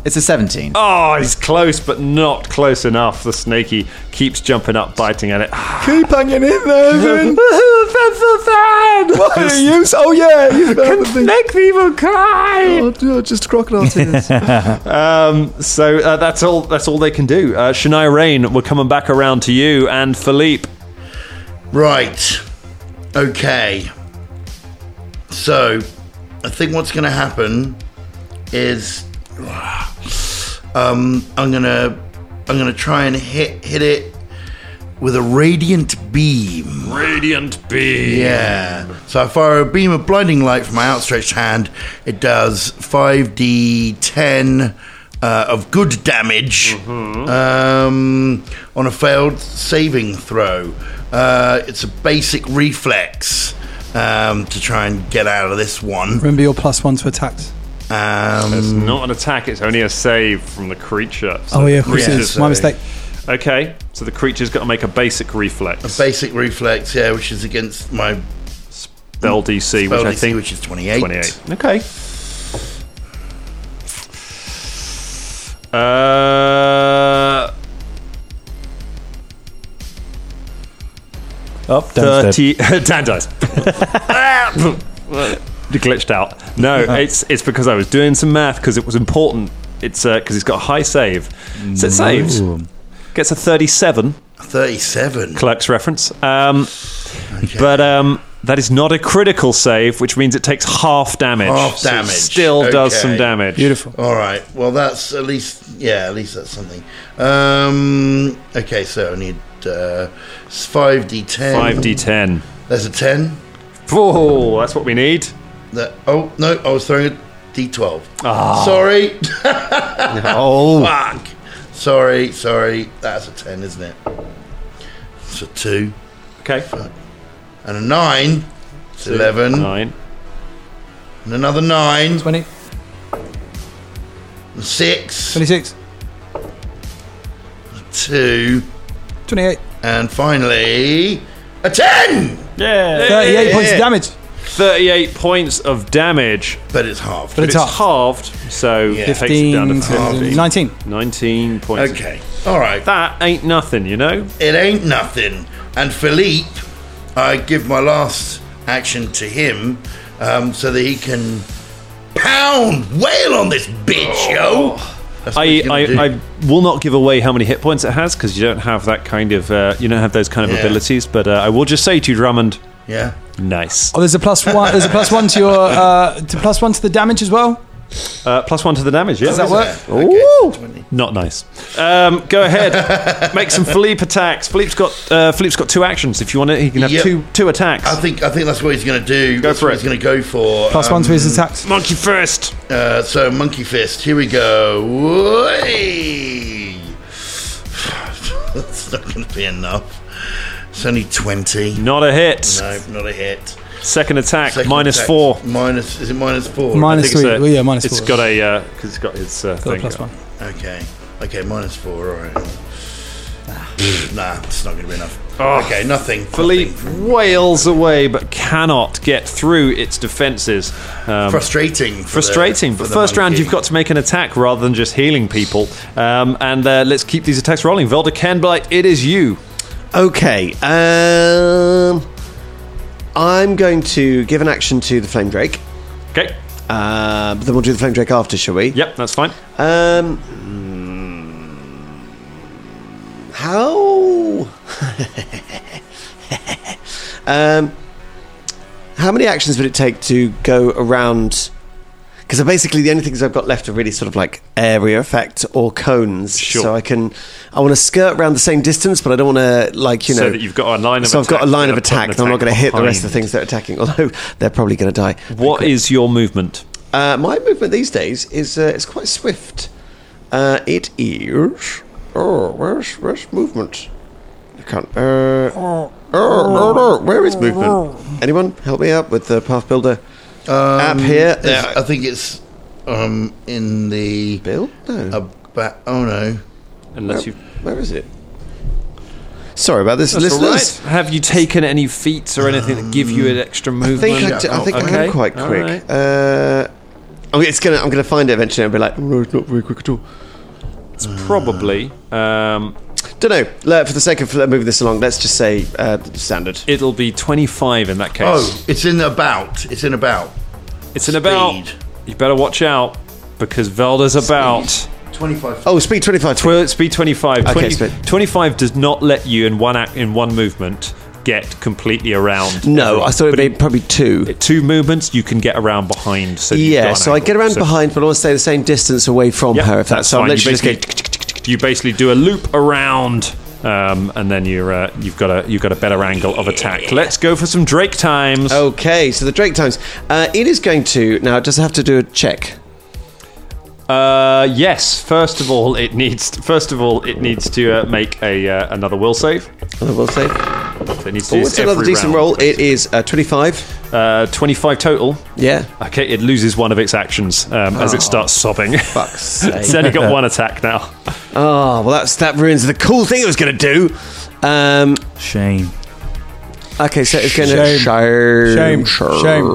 [SPEAKER 4] It's a 17.
[SPEAKER 3] Oh, he's close, but not close enough. The snaky keeps jumping up, biting at it. Ah,
[SPEAKER 4] Keep hanging in there, Vin. What are you? Oh, yeah. You Oh,
[SPEAKER 3] Make people cry.
[SPEAKER 4] just crocodile tears.
[SPEAKER 3] Um, so uh, that's all. That's all they can do. Uh, Shania Rain, we're coming back around to you and Philippe.
[SPEAKER 8] Right. Okay. So, I think what's going to happen is um, I'm going to I'm going to try and hit hit it with a radiant beam.
[SPEAKER 3] Radiant beam.
[SPEAKER 8] Yeah. So I fire a beam of blinding light from my outstretched hand. It does 5d10 uh, of good damage
[SPEAKER 3] Mm-hmm.
[SPEAKER 8] um, on a failed saving throw. Uh, it's a basic reflex um, to try and get out of this one.
[SPEAKER 1] Remember your plus one to attacks.
[SPEAKER 8] Um,
[SPEAKER 3] It's not an attack, it's only a save from the creature. So
[SPEAKER 1] Oh yeah,
[SPEAKER 3] the
[SPEAKER 1] of course it is.
[SPEAKER 3] creature's-
[SPEAKER 1] My mistake.
[SPEAKER 3] Okay, so the creature's got to make a basic reflex.
[SPEAKER 8] basic reflex, yeah, which is against my
[SPEAKER 3] Bell DC,
[SPEAKER 8] spell
[SPEAKER 3] which I
[SPEAKER 8] DC,
[SPEAKER 3] think
[SPEAKER 8] which is 28.
[SPEAKER 3] 28. Okay. Uh,
[SPEAKER 6] Up, down, step.
[SPEAKER 3] 30. Dan dies. You glitched out. No, it's it's because I was doing some math because it was important. It's because he's got a high save. So it saves. Gets a 37.
[SPEAKER 8] 37.
[SPEAKER 3] Clerks reference. Um, But um, that is not a critical save, which means it takes half damage.
[SPEAKER 8] Half
[SPEAKER 3] So it
[SPEAKER 8] damage.
[SPEAKER 3] still does
[SPEAKER 8] Okay.
[SPEAKER 3] some damage.
[SPEAKER 1] Beautiful.
[SPEAKER 8] All right. Well, that's at least yeah, at least that's something. Um, okay, so I need uh, five d ten.
[SPEAKER 3] 5d10.
[SPEAKER 8] There's a ten.
[SPEAKER 3] Oh, that's what we need.
[SPEAKER 8] That oh no, I was throwing a d twelve. Ah. Sorry.
[SPEAKER 3] Oh.
[SPEAKER 8] Fuck. Sorry, sorry. That's a ten, isn't it? It's a two
[SPEAKER 3] Okay.
[SPEAKER 8] Mm. and a nine. It's eleven
[SPEAKER 3] Nine.
[SPEAKER 8] and another nine.
[SPEAKER 1] 20,
[SPEAKER 8] and Six,
[SPEAKER 1] 26,
[SPEAKER 8] two,
[SPEAKER 1] 28,
[SPEAKER 8] and finally a ten.
[SPEAKER 6] Yeah.
[SPEAKER 1] 38 points of damage.
[SPEAKER 3] 38 points of damage.
[SPEAKER 8] But it's
[SPEAKER 1] But
[SPEAKER 8] half.
[SPEAKER 3] But
[SPEAKER 1] it's
[SPEAKER 3] it's, halved, so it takes it down to
[SPEAKER 1] 15,
[SPEAKER 3] 15.
[SPEAKER 1] 19.
[SPEAKER 3] 19 points. of-
[SPEAKER 8] Okay. All right.
[SPEAKER 3] That ain't nothing, you know?
[SPEAKER 8] it ain't nothing. And Philippe, I give my last action to him um, so that he can pound, wail on this bitch, yo. That's what
[SPEAKER 3] I,
[SPEAKER 8] he's gonna do.
[SPEAKER 3] I, I will not give away how many hit points it has because you don't have that kind of uh, you don't have those kind of
[SPEAKER 8] Yeah.
[SPEAKER 3] abilities. But uh, I will just say to you, Drummond,
[SPEAKER 8] yeah.
[SPEAKER 3] nice.
[SPEAKER 1] Oh, there's a plus one. There's a plus one to your uh, to plus one to the damage as well.
[SPEAKER 3] Uh, plus one to the damage. Yeah, does
[SPEAKER 1] that work?
[SPEAKER 3] Ooh, not nice. Um, go ahead, make some Philippe attacks. Philippe's got uh, Philippe's got two actions. If you want it, he can have
[SPEAKER 8] Yep.
[SPEAKER 3] two two attacks.
[SPEAKER 8] I think I think that's what he's going to do. Go that's
[SPEAKER 3] for
[SPEAKER 8] what
[SPEAKER 3] it.
[SPEAKER 8] He's going to go for
[SPEAKER 1] Plus one to
[SPEAKER 3] Um,
[SPEAKER 1] his attacks.
[SPEAKER 3] Monkey first.
[SPEAKER 8] Uh, so monkey fist. Here we go. Whey! That's not going to be enough. It's only twenty.
[SPEAKER 3] Not a hit.
[SPEAKER 8] No, not a hit.
[SPEAKER 3] Second attack
[SPEAKER 8] Second
[SPEAKER 3] minus
[SPEAKER 8] attack.
[SPEAKER 3] four.
[SPEAKER 8] Minus is it minus four?
[SPEAKER 3] I
[SPEAKER 1] Minus
[SPEAKER 3] think it's
[SPEAKER 1] three.
[SPEAKER 3] a-
[SPEAKER 1] Well, yeah, minus four.
[SPEAKER 3] It's got a because it's got his uh,
[SPEAKER 1] Got a
[SPEAKER 3] thing.
[SPEAKER 1] plus one.
[SPEAKER 8] Okay. Okay, minus four, alright. nah, it's not gonna be enough.
[SPEAKER 3] Ah.
[SPEAKER 8] Okay, nothing.
[SPEAKER 3] Philippe
[SPEAKER 8] Nothing.
[SPEAKER 3] wails away but cannot get through its defenses. Um,
[SPEAKER 8] Frustrating. for the-
[SPEAKER 3] frustrating.
[SPEAKER 8] for
[SPEAKER 3] but
[SPEAKER 8] the
[SPEAKER 3] first round,
[SPEAKER 8] monkey.
[SPEAKER 3] you've got to make an attack rather than just healing people. Um, and uh, let's keep these attacks rolling. Velda Canblight, it is you.
[SPEAKER 7] Okay. Um, I'm going to give an action to the Flame Drake.
[SPEAKER 3] Okay.
[SPEAKER 7] Uh, but then we'll do the Flame Drake after, shall we?
[SPEAKER 3] Yep, that's fine.
[SPEAKER 7] Um, hmm, how? um, how many actions would it take to go around? Because basically the only things I've got left are really sort of like area effect or cones.
[SPEAKER 3] Sure.
[SPEAKER 7] So I can, I want to skirt around the same distance, but I don't want to like you know.
[SPEAKER 3] so that you've got a line of
[SPEAKER 7] so I've got a
[SPEAKER 3] attack
[SPEAKER 7] line of
[SPEAKER 3] and put an
[SPEAKER 7] attack, and I'm not
[SPEAKER 3] attack
[SPEAKER 7] going to hit the rest of the
[SPEAKER 3] behind.
[SPEAKER 7] things that are attacking. Although they're probably going to die.
[SPEAKER 3] What is your movement?
[SPEAKER 7] Uh, my movement these days is uh, it's quite swift. Uh, it is. Oh, where's where's movement? I can't. Uh, oh, no, no, where is movement? Anyone help me out with the path builder
[SPEAKER 8] Um,
[SPEAKER 7] app here?
[SPEAKER 8] It's-
[SPEAKER 7] Uh,
[SPEAKER 8] I think it's um in the
[SPEAKER 7] build? No.
[SPEAKER 8] about. Oh no.
[SPEAKER 3] Unless you
[SPEAKER 7] where is it? Sorry about this, listeners. Um,
[SPEAKER 3] Have you taken any feats or anything that give you an extra
[SPEAKER 7] I think
[SPEAKER 3] movement?
[SPEAKER 7] I, d- I think I
[SPEAKER 3] Okay,
[SPEAKER 7] am quite
[SPEAKER 3] all
[SPEAKER 7] quick.
[SPEAKER 3] right.
[SPEAKER 7] Uh, I'm, it's gonna. I'm gonna find it eventually and be like, oh, no, it's not very quick at all.
[SPEAKER 3] It's probably. Um,
[SPEAKER 7] Don't know. For the sake of uh, moving this along, let's just say uh, standard.
[SPEAKER 3] it'll be 25 in that case.
[SPEAKER 8] Oh, it's in about. It's in about.
[SPEAKER 3] it's in about.
[SPEAKER 8] speed.
[SPEAKER 3] You better watch out because Velda's about.
[SPEAKER 8] Twenty-five.
[SPEAKER 7] Oh, speed 25.
[SPEAKER 3] Tw- speed 25.
[SPEAKER 7] Okay,
[SPEAKER 3] 20
[SPEAKER 7] speed.
[SPEAKER 3] 25 does not let you in one act, in one movement get completely around.
[SPEAKER 7] no, I thought it'd
[SPEAKER 3] But
[SPEAKER 7] be probably two.
[SPEAKER 3] in two movements you can get around behind. So you've got
[SPEAKER 7] yeah,
[SPEAKER 3] an
[SPEAKER 7] so I
[SPEAKER 3] angle.
[SPEAKER 7] get around
[SPEAKER 3] So-
[SPEAKER 7] behind, but I want to stay the same distance away from
[SPEAKER 3] Yep,
[SPEAKER 7] her. If that's, so, I'm
[SPEAKER 3] fine. you
[SPEAKER 7] literally just going.
[SPEAKER 3] basically, you basically do a loop around, um, and then you're uh, you've got a you've got a better angle of attack. Let's go for some Drake times.
[SPEAKER 7] Oh, Okay, so the Drake times. Uh, it is going to now. It does have to do a check.
[SPEAKER 3] Uh, yes. First of all, it needs first of all it needs to uh, make a uh, another will save.
[SPEAKER 7] I will say.
[SPEAKER 3] So it needs to
[SPEAKER 7] Oh,
[SPEAKER 3] do
[SPEAKER 7] it's
[SPEAKER 3] this
[SPEAKER 7] another
[SPEAKER 3] every
[SPEAKER 7] decent
[SPEAKER 3] round.
[SPEAKER 7] roll. It is uh, 25.
[SPEAKER 3] Uh, Twenty five total.
[SPEAKER 7] Yeah.
[SPEAKER 3] Okay, it loses one of its actions um, as it starts sobbing.
[SPEAKER 7] Fuck's
[SPEAKER 3] it's
[SPEAKER 7] sake.
[SPEAKER 3] only got one attack now.
[SPEAKER 7] oh, well, that's, that ruins the cool thing it was going to do. Um,
[SPEAKER 6] Shame.
[SPEAKER 7] okay, so it's going to.
[SPEAKER 1] Shame. Shame, shame.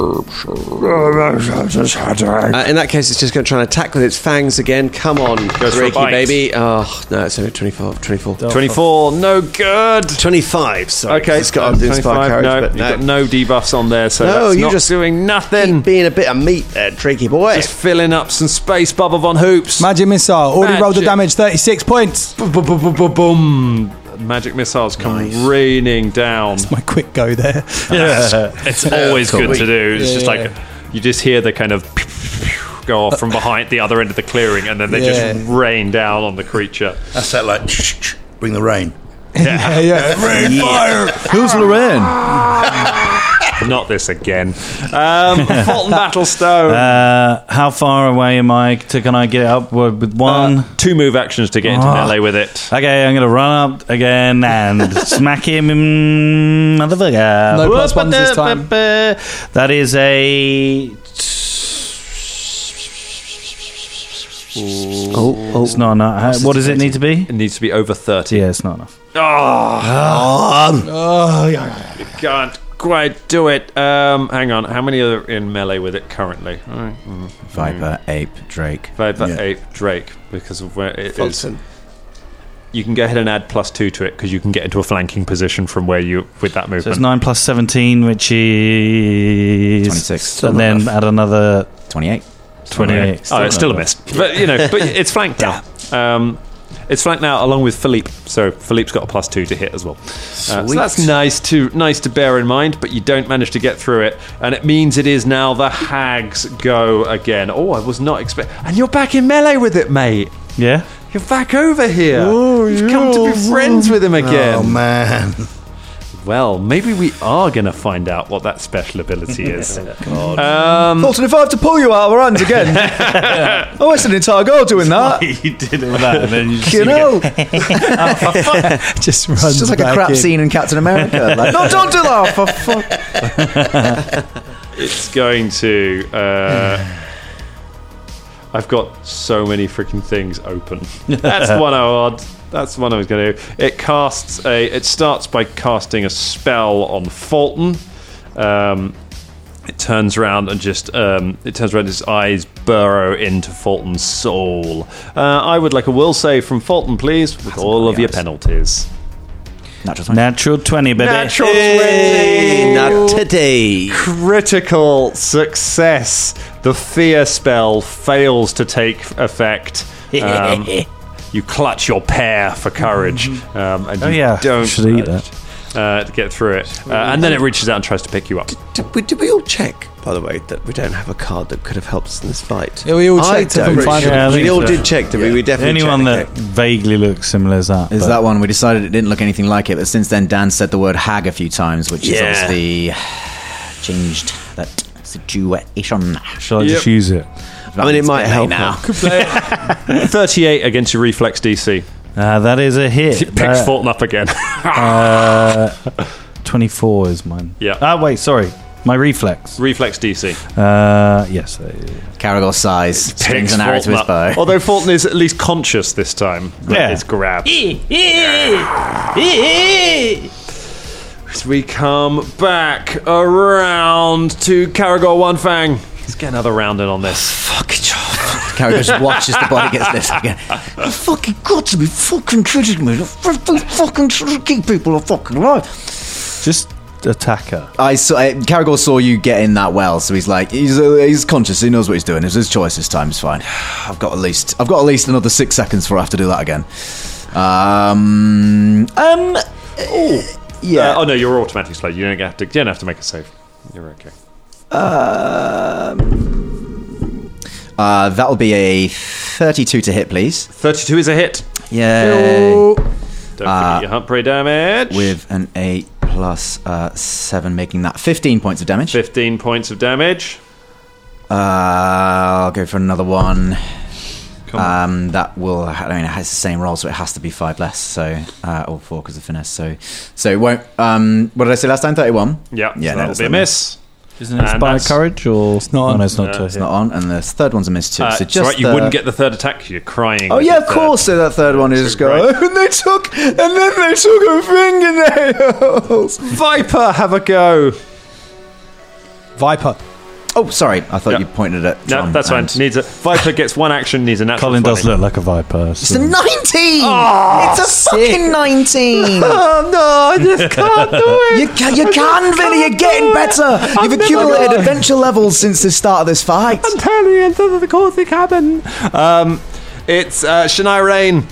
[SPEAKER 7] Uh, in that case, it's just going to try and attack with its fangs again. Come on,
[SPEAKER 3] Goes for a
[SPEAKER 7] Reiki,
[SPEAKER 3] bite.
[SPEAKER 7] baby. Oh, no, it's only 24. 24.
[SPEAKER 3] Twenty four, no good.
[SPEAKER 7] 25, sorry.
[SPEAKER 3] Okay,
[SPEAKER 7] it's got
[SPEAKER 3] um,
[SPEAKER 7] to inspire
[SPEAKER 3] 25,
[SPEAKER 7] courage,
[SPEAKER 3] no,
[SPEAKER 7] but
[SPEAKER 3] you've
[SPEAKER 7] no.
[SPEAKER 3] got no debuffs on there, so
[SPEAKER 7] No,
[SPEAKER 3] that's
[SPEAKER 7] you're
[SPEAKER 3] not
[SPEAKER 7] just
[SPEAKER 3] doing nothing.
[SPEAKER 7] Keep being a bit of meat there, tricky boy.
[SPEAKER 3] Just filling up some space, Bubba Von Hoops.
[SPEAKER 1] Magic missile. Already rolled the
[SPEAKER 3] Magic.
[SPEAKER 1] damage. Thirty-six points.
[SPEAKER 3] boom, boom, boom, boom, boom. Magic missiles come raining down.
[SPEAKER 1] My quick go there.
[SPEAKER 3] It's always good to do. It's just like you just hear the kind of go off from behind the other end of the clearing, and then they
[SPEAKER 1] Yeah.
[SPEAKER 3] just rain down on the creature.
[SPEAKER 8] That's that like. Shh, shh, shh, bring the rain.
[SPEAKER 1] Yeah, yeah.
[SPEAKER 6] Who's Lorraine?
[SPEAKER 3] Not this again. Um, Fault and Battlestone.
[SPEAKER 6] Uh, how far away am I? To, can I get up with with one?
[SPEAKER 3] Uh, two move actions to get into melee with it.
[SPEAKER 6] Okay, I'm gonna run up again and smack him, mm, motherfucker.
[SPEAKER 1] No plus ones this time.
[SPEAKER 6] That is a.
[SPEAKER 7] oh,
[SPEAKER 6] It's not enough. What does it need to be?
[SPEAKER 3] It needs to be over 30.
[SPEAKER 6] Yeah, it's not enough.
[SPEAKER 3] Ah,
[SPEAKER 1] Oh,
[SPEAKER 3] Can't quite do it. Um, hang on. How many are in melee with it currently?
[SPEAKER 4] Viper, ape, Drake.
[SPEAKER 3] Viper, Ape, Drake, because of where it is.
[SPEAKER 7] Fulton.
[SPEAKER 3] You can go ahead and add plus two to it because you can get into a flanking position from where you with that
[SPEAKER 6] So
[SPEAKER 3] movement.
[SPEAKER 6] it's nine plus seventeen, which is
[SPEAKER 4] 26.
[SPEAKER 6] and then add another
[SPEAKER 4] 28.
[SPEAKER 3] 28.
[SPEAKER 6] Still
[SPEAKER 3] oh, it's still a
[SPEAKER 6] not
[SPEAKER 3] miss. But, you know, but it's flanked now. Um, it's flanked now along with Philippe, so Philippe's got a plus two to hit as well. Uh, so that's nice to nice to bear in mind, but you don't manage to get through it, and it means it is now the hags go again. Oh, I was not expect, and you're back in melee with it, mate.
[SPEAKER 6] Yeah.
[SPEAKER 3] You're back over here. You've come to be friends with him again.
[SPEAKER 8] Oh man.
[SPEAKER 3] Well, maybe we are going to find out what that special ability is.
[SPEAKER 4] Fulton, if I have to pull you out of our hands again, I wasted an entire goal doing that.
[SPEAKER 6] you did all that, and then you just
[SPEAKER 4] You know,
[SPEAKER 1] Just runs
[SPEAKER 4] it's just like a
[SPEAKER 1] back
[SPEAKER 4] crap
[SPEAKER 1] in.
[SPEAKER 4] scene in Captain America. Like, no, don't do that. For fuck.
[SPEAKER 3] It's going to. Uh, I've got so many freaking things open. That's one odd. That's the one I was going to do. It casts a. It starts by casting a spell on Fulton. Um, it turns around and just um, it turns around. His eyes burrow into Fulton's soul. Uh, I would like a will save from Fulton, please, with all of your penalties.
[SPEAKER 4] Natural
[SPEAKER 6] Natural 20, baby.
[SPEAKER 7] Not today.
[SPEAKER 3] critical success. The fear spell fails to take effect. Um, you clutch your pair for courage, um, and you
[SPEAKER 6] Mm-hmm. Oh, yeah.
[SPEAKER 3] don't
[SPEAKER 6] Should eat that.
[SPEAKER 3] Uh, to get through it, uh, and then it reaches out and tries to pick you up.
[SPEAKER 7] Did we, did we all check, by the way, that we don't have a card that could have helped us in this fight?
[SPEAKER 1] Yeah, we all
[SPEAKER 7] I
[SPEAKER 1] checked. I
[SPEAKER 7] don't.
[SPEAKER 1] couldn't find
[SPEAKER 6] Yeah, it. I
[SPEAKER 7] we
[SPEAKER 6] think
[SPEAKER 7] all
[SPEAKER 6] so.
[SPEAKER 7] did check, did we? We definitely
[SPEAKER 6] Anyone that
[SPEAKER 7] checked.
[SPEAKER 6] vaguely looks similar is that.
[SPEAKER 4] Is
[SPEAKER 6] but-
[SPEAKER 4] that one? We decided it didn't look anything like it, but since then Dan said the word hag a few times, which is
[SPEAKER 3] Yeah.
[SPEAKER 4] obviously changed that situation.
[SPEAKER 6] Shall I just use it?
[SPEAKER 7] I mean, it might help.
[SPEAKER 4] now.
[SPEAKER 3] Thirty-eight against your reflex DC.
[SPEAKER 6] Uh, that is a hit.
[SPEAKER 3] It picks
[SPEAKER 6] That-
[SPEAKER 3] Fulton up again.
[SPEAKER 6] Uh, 24 is mine.
[SPEAKER 3] Yeah.
[SPEAKER 6] Ah, wait, sorry. My reflex.
[SPEAKER 3] reflex DC.
[SPEAKER 6] Uh, yes. that is-
[SPEAKER 4] Caragor sighs, strings
[SPEAKER 3] Picks
[SPEAKER 4] an arrow to
[SPEAKER 3] Fulton
[SPEAKER 4] his
[SPEAKER 3] up.
[SPEAKER 4] bow.
[SPEAKER 3] Although Fulton is at least conscious this time.
[SPEAKER 6] Yeah.
[SPEAKER 3] It's grabbed. As we come back around to Caragor One Fang. Let's get another round in on this.
[SPEAKER 4] Caragor just watches the body gets lifted again.
[SPEAKER 5] You fucking got to be fucking kidding me. You fucking keep people are fucking alive.
[SPEAKER 6] Just attack her.
[SPEAKER 4] I saw uh, Caragor saw you get in that well, so he's like, he's uh, he's conscious, he knows what he's doing. It's his choice this time. It's fine. I've got at least, I've got at least another six seconds before I have to do that again. Um, um, yeah.
[SPEAKER 3] Uh, oh no, you're automatically slowed. You don't have to. You don't have to make a save. You're okay.
[SPEAKER 4] Uh, that'll be a 32 to hit, please.
[SPEAKER 3] Thirty-two is a hit.
[SPEAKER 4] Yeah.
[SPEAKER 3] Don't forget your hump prey damage.
[SPEAKER 4] Uh, With an 8 plus uh, 7, making that 15 points of damage. Uh,
[SPEAKER 3] fifteen points of damage.
[SPEAKER 4] Uh, I'll go for another one. Um, that will, I mean, it has the same roll, so it has to be 5 less, so, uh, or 4 because of finesse, so, so it won't, um, what did I say last time? 31?
[SPEAKER 3] Yeah, so
[SPEAKER 4] Yeah, no,
[SPEAKER 3] that'll
[SPEAKER 4] that's
[SPEAKER 3] be a
[SPEAKER 4] not me.
[SPEAKER 3] miss.
[SPEAKER 6] Isn't
[SPEAKER 3] And
[SPEAKER 6] it by
[SPEAKER 3] that's-
[SPEAKER 6] courage or it's
[SPEAKER 1] not
[SPEAKER 6] Oh,
[SPEAKER 1] on.
[SPEAKER 6] no, it's not. to
[SPEAKER 3] it's
[SPEAKER 4] It's
[SPEAKER 6] hit.
[SPEAKER 4] not on, and the third one's a miss too.
[SPEAKER 3] Uh,
[SPEAKER 4] so
[SPEAKER 3] it's
[SPEAKER 4] just
[SPEAKER 3] all right, you
[SPEAKER 4] the-
[SPEAKER 3] wouldn't get the third attack. You're crying.
[SPEAKER 4] Oh
[SPEAKER 3] with
[SPEAKER 4] yeah,
[SPEAKER 3] your
[SPEAKER 4] of
[SPEAKER 3] third.
[SPEAKER 4] course. So that third one is just go.
[SPEAKER 3] Right.
[SPEAKER 4] And they took, and then they took her fingernails.
[SPEAKER 3] Viper, have a go.
[SPEAKER 1] Viper.
[SPEAKER 4] Oh, sorry. I thought
[SPEAKER 3] Yeah.
[SPEAKER 4] you pointed at.
[SPEAKER 3] No,
[SPEAKER 4] Tom
[SPEAKER 3] that's fine.
[SPEAKER 4] and-
[SPEAKER 3] Needs a Viper gets one action. Needs a natural.
[SPEAKER 6] Colin does
[SPEAKER 3] 20.
[SPEAKER 6] look like a viper.
[SPEAKER 4] It's a
[SPEAKER 6] So.
[SPEAKER 4] nineteen.
[SPEAKER 3] Oh,
[SPEAKER 4] it's a fucking nineteen.
[SPEAKER 1] Oh no, I just can't do it.
[SPEAKER 4] you can, you can Vinny. You're getting better. You've accumulated adventure levels since the start of this fight.
[SPEAKER 3] Turning into the Corsi cabin. Um, it's uh, Shania Rain.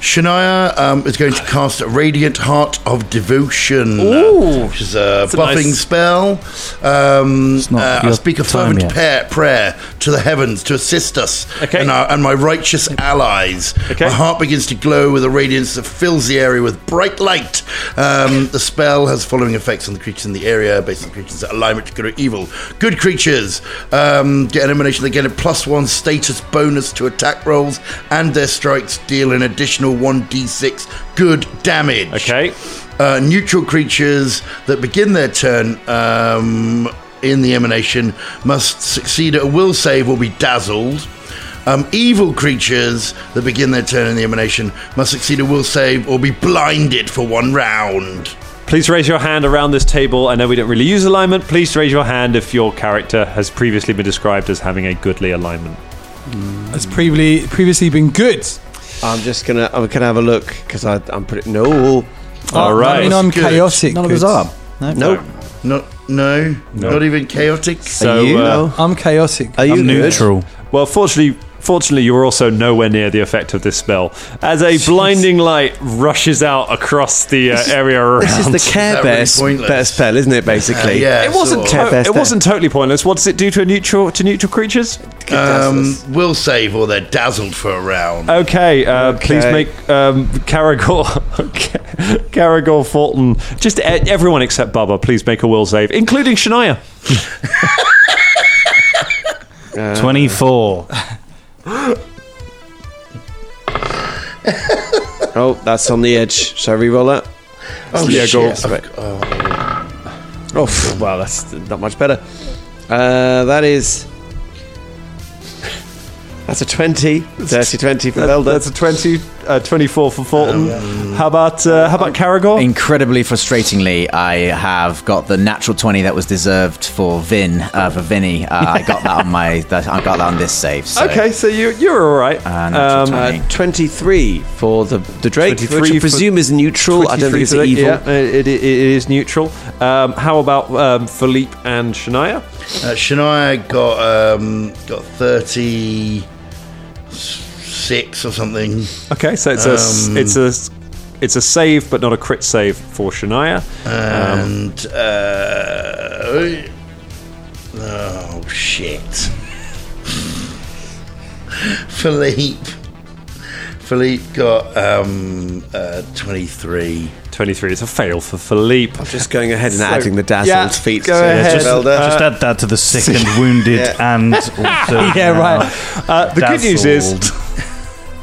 [SPEAKER 8] Shania um, is going to cast a Radiant Heart of Devotion, Ooh, which is a
[SPEAKER 3] a
[SPEAKER 8] buffing
[SPEAKER 3] nice-
[SPEAKER 8] spell. Um,
[SPEAKER 6] not
[SPEAKER 8] uh, I
[SPEAKER 6] your
[SPEAKER 8] speak a
[SPEAKER 6] time
[SPEAKER 8] fervent
[SPEAKER 6] yet.
[SPEAKER 8] prayer, prayer to the heavens to assist us
[SPEAKER 3] Okay.
[SPEAKER 8] and, our, and my righteous allies.
[SPEAKER 3] Okay.
[SPEAKER 8] My heart begins to glow with a radiance that fills the area with bright light. Um, the spell has following effects on the creatures in the area based on creatures that alignment to good or evil. Good creatures um, get an elimination. They get a plus one status bonus to attack rolls, and their strikes deal an additional 1d6 good damage.
[SPEAKER 3] Okay.
[SPEAKER 8] Uh, neutral creatures that begin their turn um, in the emanation must succeed at a will save or be dazzled. Um, evil creatures that begin their turn in the emanation must succeed a will save or be blinded for one round.
[SPEAKER 3] Please raise your hand around this table. I know we don't really use alignment. Please raise your hand if your character has previously been described as having a goodly alignment.
[SPEAKER 1] It's previously previously been good.
[SPEAKER 7] I'm just gonna. I'm gonna have a look because I'm pretty. No,
[SPEAKER 3] All right.
[SPEAKER 1] I mean, I'm chaotic.
[SPEAKER 4] None of us
[SPEAKER 1] good.
[SPEAKER 4] are. No.
[SPEAKER 7] no.
[SPEAKER 8] Not, no, not even chaotic.
[SPEAKER 3] So,
[SPEAKER 7] you?
[SPEAKER 3] uh,
[SPEAKER 7] No.
[SPEAKER 1] I'm chaotic.
[SPEAKER 4] Uh,
[SPEAKER 7] Are you
[SPEAKER 6] I'm
[SPEAKER 7] good?
[SPEAKER 6] neutral.
[SPEAKER 3] Well, fortunately, fortunately, you are also nowhere near the effect of this spell. As a blinding light rushes out across the uh, area around.
[SPEAKER 7] This is the Care
[SPEAKER 8] that really
[SPEAKER 7] Bear
[SPEAKER 8] pointless?
[SPEAKER 7] bear spell, isn't it? Basically,
[SPEAKER 8] yeah,
[SPEAKER 3] it wasn't.
[SPEAKER 7] Care
[SPEAKER 3] to-
[SPEAKER 7] Bear's
[SPEAKER 3] Oh, it
[SPEAKER 7] there.
[SPEAKER 3] wasn't totally pointless. What does it do to a neutral to neutral creatures?
[SPEAKER 8] Um, will save or they're dazzled for a round.
[SPEAKER 3] Okay, uh, please
[SPEAKER 7] Okay.
[SPEAKER 3] make um, Caragor, Caragor Fulton, just e- everyone except Bubba, please make a will save, including Shania.
[SPEAKER 6] 24.
[SPEAKER 7] Oh, that's on the edge. Shall we roll it?
[SPEAKER 8] Oh,
[SPEAKER 7] yeah,
[SPEAKER 8] shit.
[SPEAKER 7] go. Oh, pff, well, that's not much better. Uh, that is. That's a 20. Dirty 20 for Velda.
[SPEAKER 3] That's a 20 uh, 24 for
[SPEAKER 7] Oh,
[SPEAKER 3] Fulton. how about uh, how about Caragor?
[SPEAKER 4] Incredibly frustratingly, I have got the natural twenty that was deserved for Vin uh, for Vinny. Uh, I got that on my. That, I got that on this save. So.
[SPEAKER 3] Okay, so you you're all right.
[SPEAKER 7] Ah,
[SPEAKER 3] Um,
[SPEAKER 4] Uh, natural 20.
[SPEAKER 7] 23 for the, the Drake, which
[SPEAKER 3] 23
[SPEAKER 7] I
[SPEAKER 3] for-
[SPEAKER 7] presume is neutral. I don't think it's
[SPEAKER 3] 23
[SPEAKER 7] evil.
[SPEAKER 3] Yeah, it, it, it is neutral. Um, how about um, Philippe and Shania?
[SPEAKER 8] Uh, Shania got um, got thirty six or something.
[SPEAKER 3] Okay, so it's a s
[SPEAKER 7] Um,
[SPEAKER 3] a it's a s- it's a save, but not a crit save for Shania.
[SPEAKER 8] and uh, oh shit, Philippe. Philippe got um, uh, twenty three.
[SPEAKER 3] 23 is a fail for Philippe.
[SPEAKER 7] Just going ahead and
[SPEAKER 3] So-
[SPEAKER 7] adding the dazzled
[SPEAKER 3] Yeah,
[SPEAKER 7] feet.
[SPEAKER 3] go
[SPEAKER 7] to
[SPEAKER 3] ahead.
[SPEAKER 6] Just,
[SPEAKER 7] Zelda.
[SPEAKER 6] just add that to the sick and wounded and also
[SPEAKER 1] Yeah, right.
[SPEAKER 3] Uh, the good news
[SPEAKER 6] dazzled.
[SPEAKER 3] is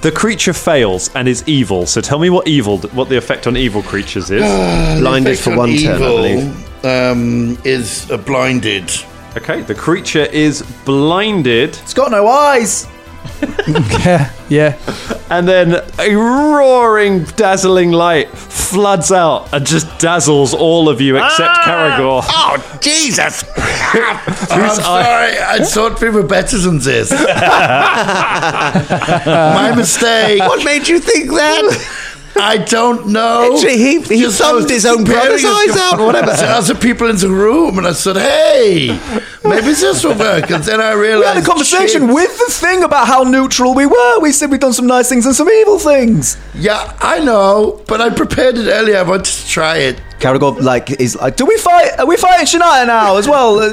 [SPEAKER 3] the creature fails and is evil. So tell me what evil what the effect on evil creatures is.
[SPEAKER 4] Uh,
[SPEAKER 7] blinded for one turn, I believe.
[SPEAKER 8] um, is a blinded.
[SPEAKER 3] okay, the creature is blinded.
[SPEAKER 4] It's got no eyes.
[SPEAKER 1] yeah, yeah.
[SPEAKER 3] And then a roaring, dazzling light floods out and just dazzles all of you except
[SPEAKER 4] Ah!
[SPEAKER 3] Caragor.
[SPEAKER 2] Oh, Jesus!
[SPEAKER 8] I'm sorry, I thought we were better than this. My mistake.
[SPEAKER 7] What made you think that?
[SPEAKER 8] I don't know.
[SPEAKER 7] Actually, he- he
[SPEAKER 8] Just
[SPEAKER 7] thumbed
[SPEAKER 8] was
[SPEAKER 7] his own brother's
[SPEAKER 8] comparing
[SPEAKER 7] eyes out or whatever.
[SPEAKER 8] There was other people in the room, and I said, "Hey, maybe this will work." And then I
[SPEAKER 4] We
[SPEAKER 8] realized
[SPEAKER 4] had a conversation
[SPEAKER 8] shit.
[SPEAKER 4] with the thing about how neutral we were. We said we'd done some nice things and some evil things.
[SPEAKER 8] Yeah, I know, but I prepared it earlier. I wanted to try it.
[SPEAKER 4] Karagor, like, is like, do we fight? Are we fighting Shania now as well? Uh,
[SPEAKER 3] I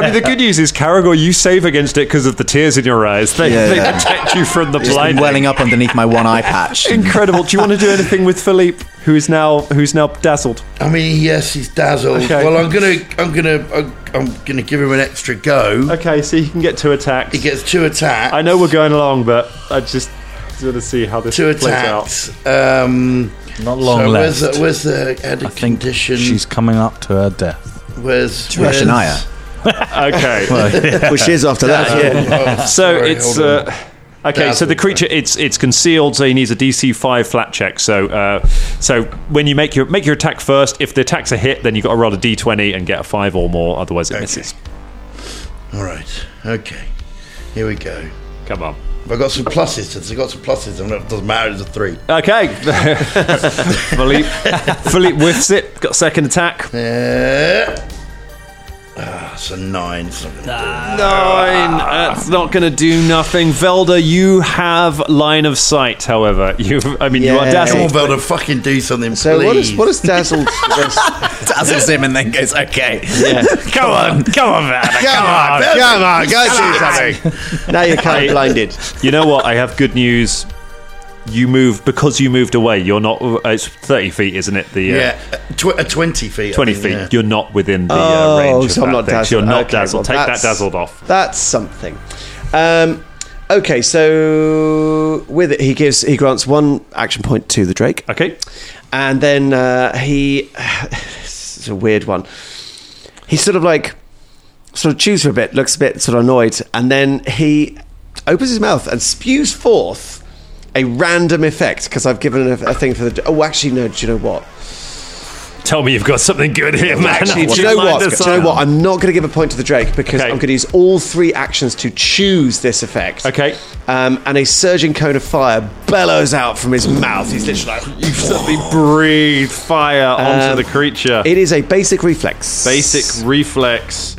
[SPEAKER 3] mean, the good news is, Caragor, you save against it because of the tears in your eyes. They,
[SPEAKER 4] Yeah,
[SPEAKER 3] they
[SPEAKER 4] yeah.
[SPEAKER 3] protect you from the
[SPEAKER 4] Just
[SPEAKER 3] blinding.
[SPEAKER 4] welling up underneath my one eye patch.
[SPEAKER 3] Incredible. Do you want to do anything with Philippe, who is now who's now dazzled?
[SPEAKER 8] I mean, yes, he's dazzled.
[SPEAKER 3] Okay.
[SPEAKER 8] Well, I'm gonna, I'm gonna, I'm, I'm gonna give him an extra go.
[SPEAKER 3] Okay, so he can get two attacks.
[SPEAKER 8] He gets two attacks.
[SPEAKER 3] I know we're going along, but I just want to see how this
[SPEAKER 8] two
[SPEAKER 3] plays out.
[SPEAKER 8] attacks. Um,
[SPEAKER 6] Not long
[SPEAKER 8] so
[SPEAKER 6] left.
[SPEAKER 8] Where's the, where's the added
[SPEAKER 6] I think
[SPEAKER 8] condition?
[SPEAKER 6] she's coming up to her death.
[SPEAKER 8] where's,
[SPEAKER 4] Where's
[SPEAKER 8] where's
[SPEAKER 4] Shania?
[SPEAKER 3] Okay.
[SPEAKER 7] Which is after that.
[SPEAKER 8] Oh, oh,
[SPEAKER 3] So
[SPEAKER 8] sorry,
[SPEAKER 3] it's
[SPEAKER 8] hold on.
[SPEAKER 3] uh, okay. so
[SPEAKER 8] Dazzled,
[SPEAKER 3] the creature it's it's concealed, so he needs a DC five flat check. So uh, so when you make your make your attack first, if the attack's a hit, then you got to roll a D twenty and get a five or more, otherwise it misses.
[SPEAKER 8] All right. Okay. Here we go.
[SPEAKER 3] Come on.
[SPEAKER 8] I got some pluses. to this. I got some pluses. and It doesn't matter. It's a three.
[SPEAKER 3] Okay. Philippe Philippe whiffs it. Got second attack.
[SPEAKER 8] Uh, ah, it's a nine. It's not gonna
[SPEAKER 3] Nine. That's not going to do nothing. Velda, you have line of sight. However, you I mean you are
[SPEAKER 7] Yeah.
[SPEAKER 8] Come on,
[SPEAKER 3] dazzled.
[SPEAKER 8] Velda, fucking do something,
[SPEAKER 7] So
[SPEAKER 8] please.
[SPEAKER 7] what is, what is dazzled?
[SPEAKER 4] Dazzles him and then goes, okay.
[SPEAKER 6] Come on, come on, man.
[SPEAKER 8] Come on, Velda.
[SPEAKER 2] Come on, go do something.
[SPEAKER 7] now you're kind of blinded.
[SPEAKER 3] You know what? I have good news. You move because you moved away. You're not. uh, It's thirty feet, isn't it? The uh,
[SPEAKER 8] Yeah, a tw- a twenty feet. I
[SPEAKER 3] twenty
[SPEAKER 8] think,
[SPEAKER 3] feet.
[SPEAKER 8] yeah.
[SPEAKER 3] You're not within the
[SPEAKER 7] Oh,
[SPEAKER 3] uh, range.
[SPEAKER 7] so
[SPEAKER 3] of
[SPEAKER 7] I'm
[SPEAKER 3] that
[SPEAKER 7] not
[SPEAKER 3] thing.
[SPEAKER 7] dazzled.
[SPEAKER 3] You're not
[SPEAKER 7] Okay,
[SPEAKER 3] dazzled. Take
[SPEAKER 7] well,
[SPEAKER 3] that
[SPEAKER 7] that's-
[SPEAKER 3] dazzled off.
[SPEAKER 7] That's something. Um, okay, so with it, he gives he grants one action point to the Drake,
[SPEAKER 3] Okay.
[SPEAKER 7] and then uh, he. it's a weird one. He sort of like sort of chews for a bit, looks a bit sort of annoyed, and then he opens his mouth and spews forth a random effect because I've given a, a thing for the. Oh, actually, no. Do you know what?
[SPEAKER 3] Tell me you've got something good here, man.
[SPEAKER 7] Actually,
[SPEAKER 3] I'll
[SPEAKER 7] do you know
[SPEAKER 3] line
[SPEAKER 7] what?
[SPEAKER 3] this
[SPEAKER 7] Do you know
[SPEAKER 3] up.
[SPEAKER 7] what? I'm not going to give a point to the Drake because
[SPEAKER 3] Okay.
[SPEAKER 7] I'm going to use all three actions to choose this effect.
[SPEAKER 3] Okay.
[SPEAKER 7] Um, and a surging cone of fire bellows out from his mouth. He's literally like,
[SPEAKER 3] You suddenly breathe fire onto
[SPEAKER 7] Um,
[SPEAKER 3] the creature.
[SPEAKER 7] it is a basic reflex.
[SPEAKER 3] Basic reflex.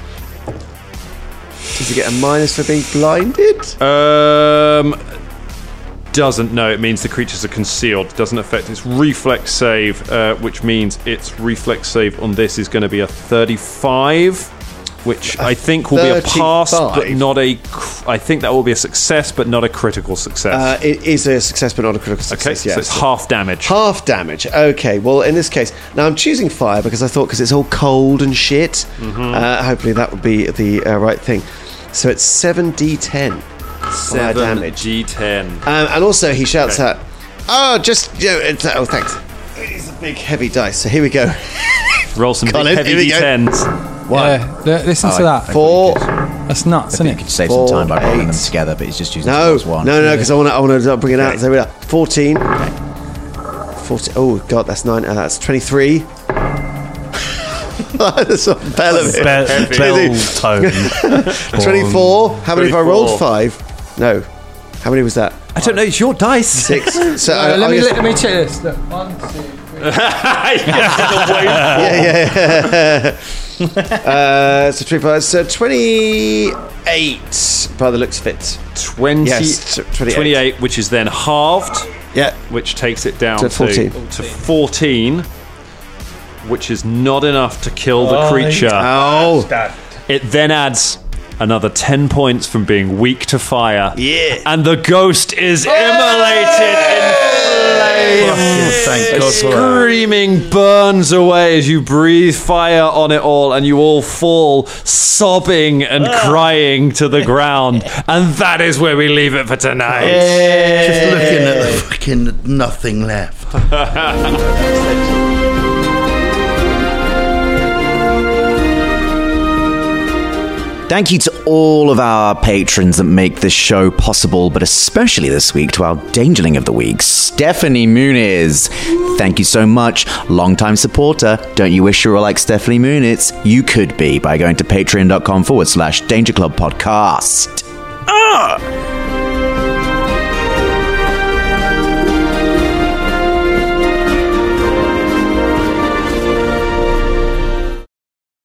[SPEAKER 7] Does he get a minus for being blinded?
[SPEAKER 3] Um, doesn't know. It means the creatures are concealed. Doesn't affect its reflex save, uh, which means its reflex save on this is going to be a 35, which I think will be a pass, but
[SPEAKER 7] 35?
[SPEAKER 3] not a. cr- I think that will be a success, but not a critical success.
[SPEAKER 7] Uh, it is a success, but not a critical
[SPEAKER 3] okay,
[SPEAKER 7] success.
[SPEAKER 3] so
[SPEAKER 7] yes.
[SPEAKER 3] it's half damage.
[SPEAKER 7] Half damage. Okay. Well, in this case, now I'm choosing fire because I thought because it's all cold and shit.
[SPEAKER 3] Mm-hmm.
[SPEAKER 7] Uh, hopefully that would be the uh, right thing. So it's seven d10 fire damage.
[SPEAKER 3] G10.
[SPEAKER 7] Um, and also, he shouts
[SPEAKER 3] Okay.
[SPEAKER 7] out, "Oh, just you know, it's, oh, thanks." It's a big heavy dice. So here we go.
[SPEAKER 3] Roll some big
[SPEAKER 7] Colin,
[SPEAKER 3] heavy
[SPEAKER 7] here we go.
[SPEAKER 3] D10s.
[SPEAKER 1] Yeah, li- listen to that.
[SPEAKER 7] Four,
[SPEAKER 1] That's nuts,
[SPEAKER 4] Oh, I
[SPEAKER 1] isn't
[SPEAKER 4] think you
[SPEAKER 1] it?
[SPEAKER 4] could save
[SPEAKER 7] Four,
[SPEAKER 4] some time by rolling them
[SPEAKER 7] eight.
[SPEAKER 4] together, but he's just using
[SPEAKER 7] No,
[SPEAKER 4] the
[SPEAKER 7] no,
[SPEAKER 4] one.
[SPEAKER 7] no, because I want to, I want to bring it out. So we're at 14. 14. Oh, God, that's nine. Uh, that's 23. that's a bell of
[SPEAKER 6] Be-
[SPEAKER 7] it.
[SPEAKER 6] bell tone.
[SPEAKER 7] 24. How many have I
[SPEAKER 3] 24.
[SPEAKER 7] rolled? Five. No. How many was that?
[SPEAKER 4] I don't know. It's your dice.
[SPEAKER 7] Six. So
[SPEAKER 1] Uh,
[SPEAKER 7] I,
[SPEAKER 1] let,
[SPEAKER 7] I
[SPEAKER 1] me,
[SPEAKER 7] guess-
[SPEAKER 1] let, me check this. Look, one, two.
[SPEAKER 7] Uh, so 25. So 28 by the looks of it.
[SPEAKER 3] 20,
[SPEAKER 7] Yes, t- 28.
[SPEAKER 3] 28, which is then halved,
[SPEAKER 7] Yeah.
[SPEAKER 3] which takes it down
[SPEAKER 7] To
[SPEAKER 3] to
[SPEAKER 7] 14.
[SPEAKER 3] to 14, which is not enough to kill the creature.
[SPEAKER 7] Oh.
[SPEAKER 3] It then adds another 10 points from being weak to fire.
[SPEAKER 2] Yeah.
[SPEAKER 3] And the ghost is immolated in flames.
[SPEAKER 8] Oh, Thank God for that.
[SPEAKER 3] Screaming burns away as you breathe fire on it all, and you all fall sobbing and
[SPEAKER 8] Ah.
[SPEAKER 3] crying to the ground. And that is where we leave it for tonight.
[SPEAKER 8] Just looking at the fucking nothing left.
[SPEAKER 4] Thank you to all of our patrons that make this show possible, but especially this week to our Dangerling of the Week, Stephanie Muniz. Thank you so much, longtime supporter. Don't you wish you were like Stephanie Muniz? You could be by going to patreon.com forward slash danger club podcast. Ah!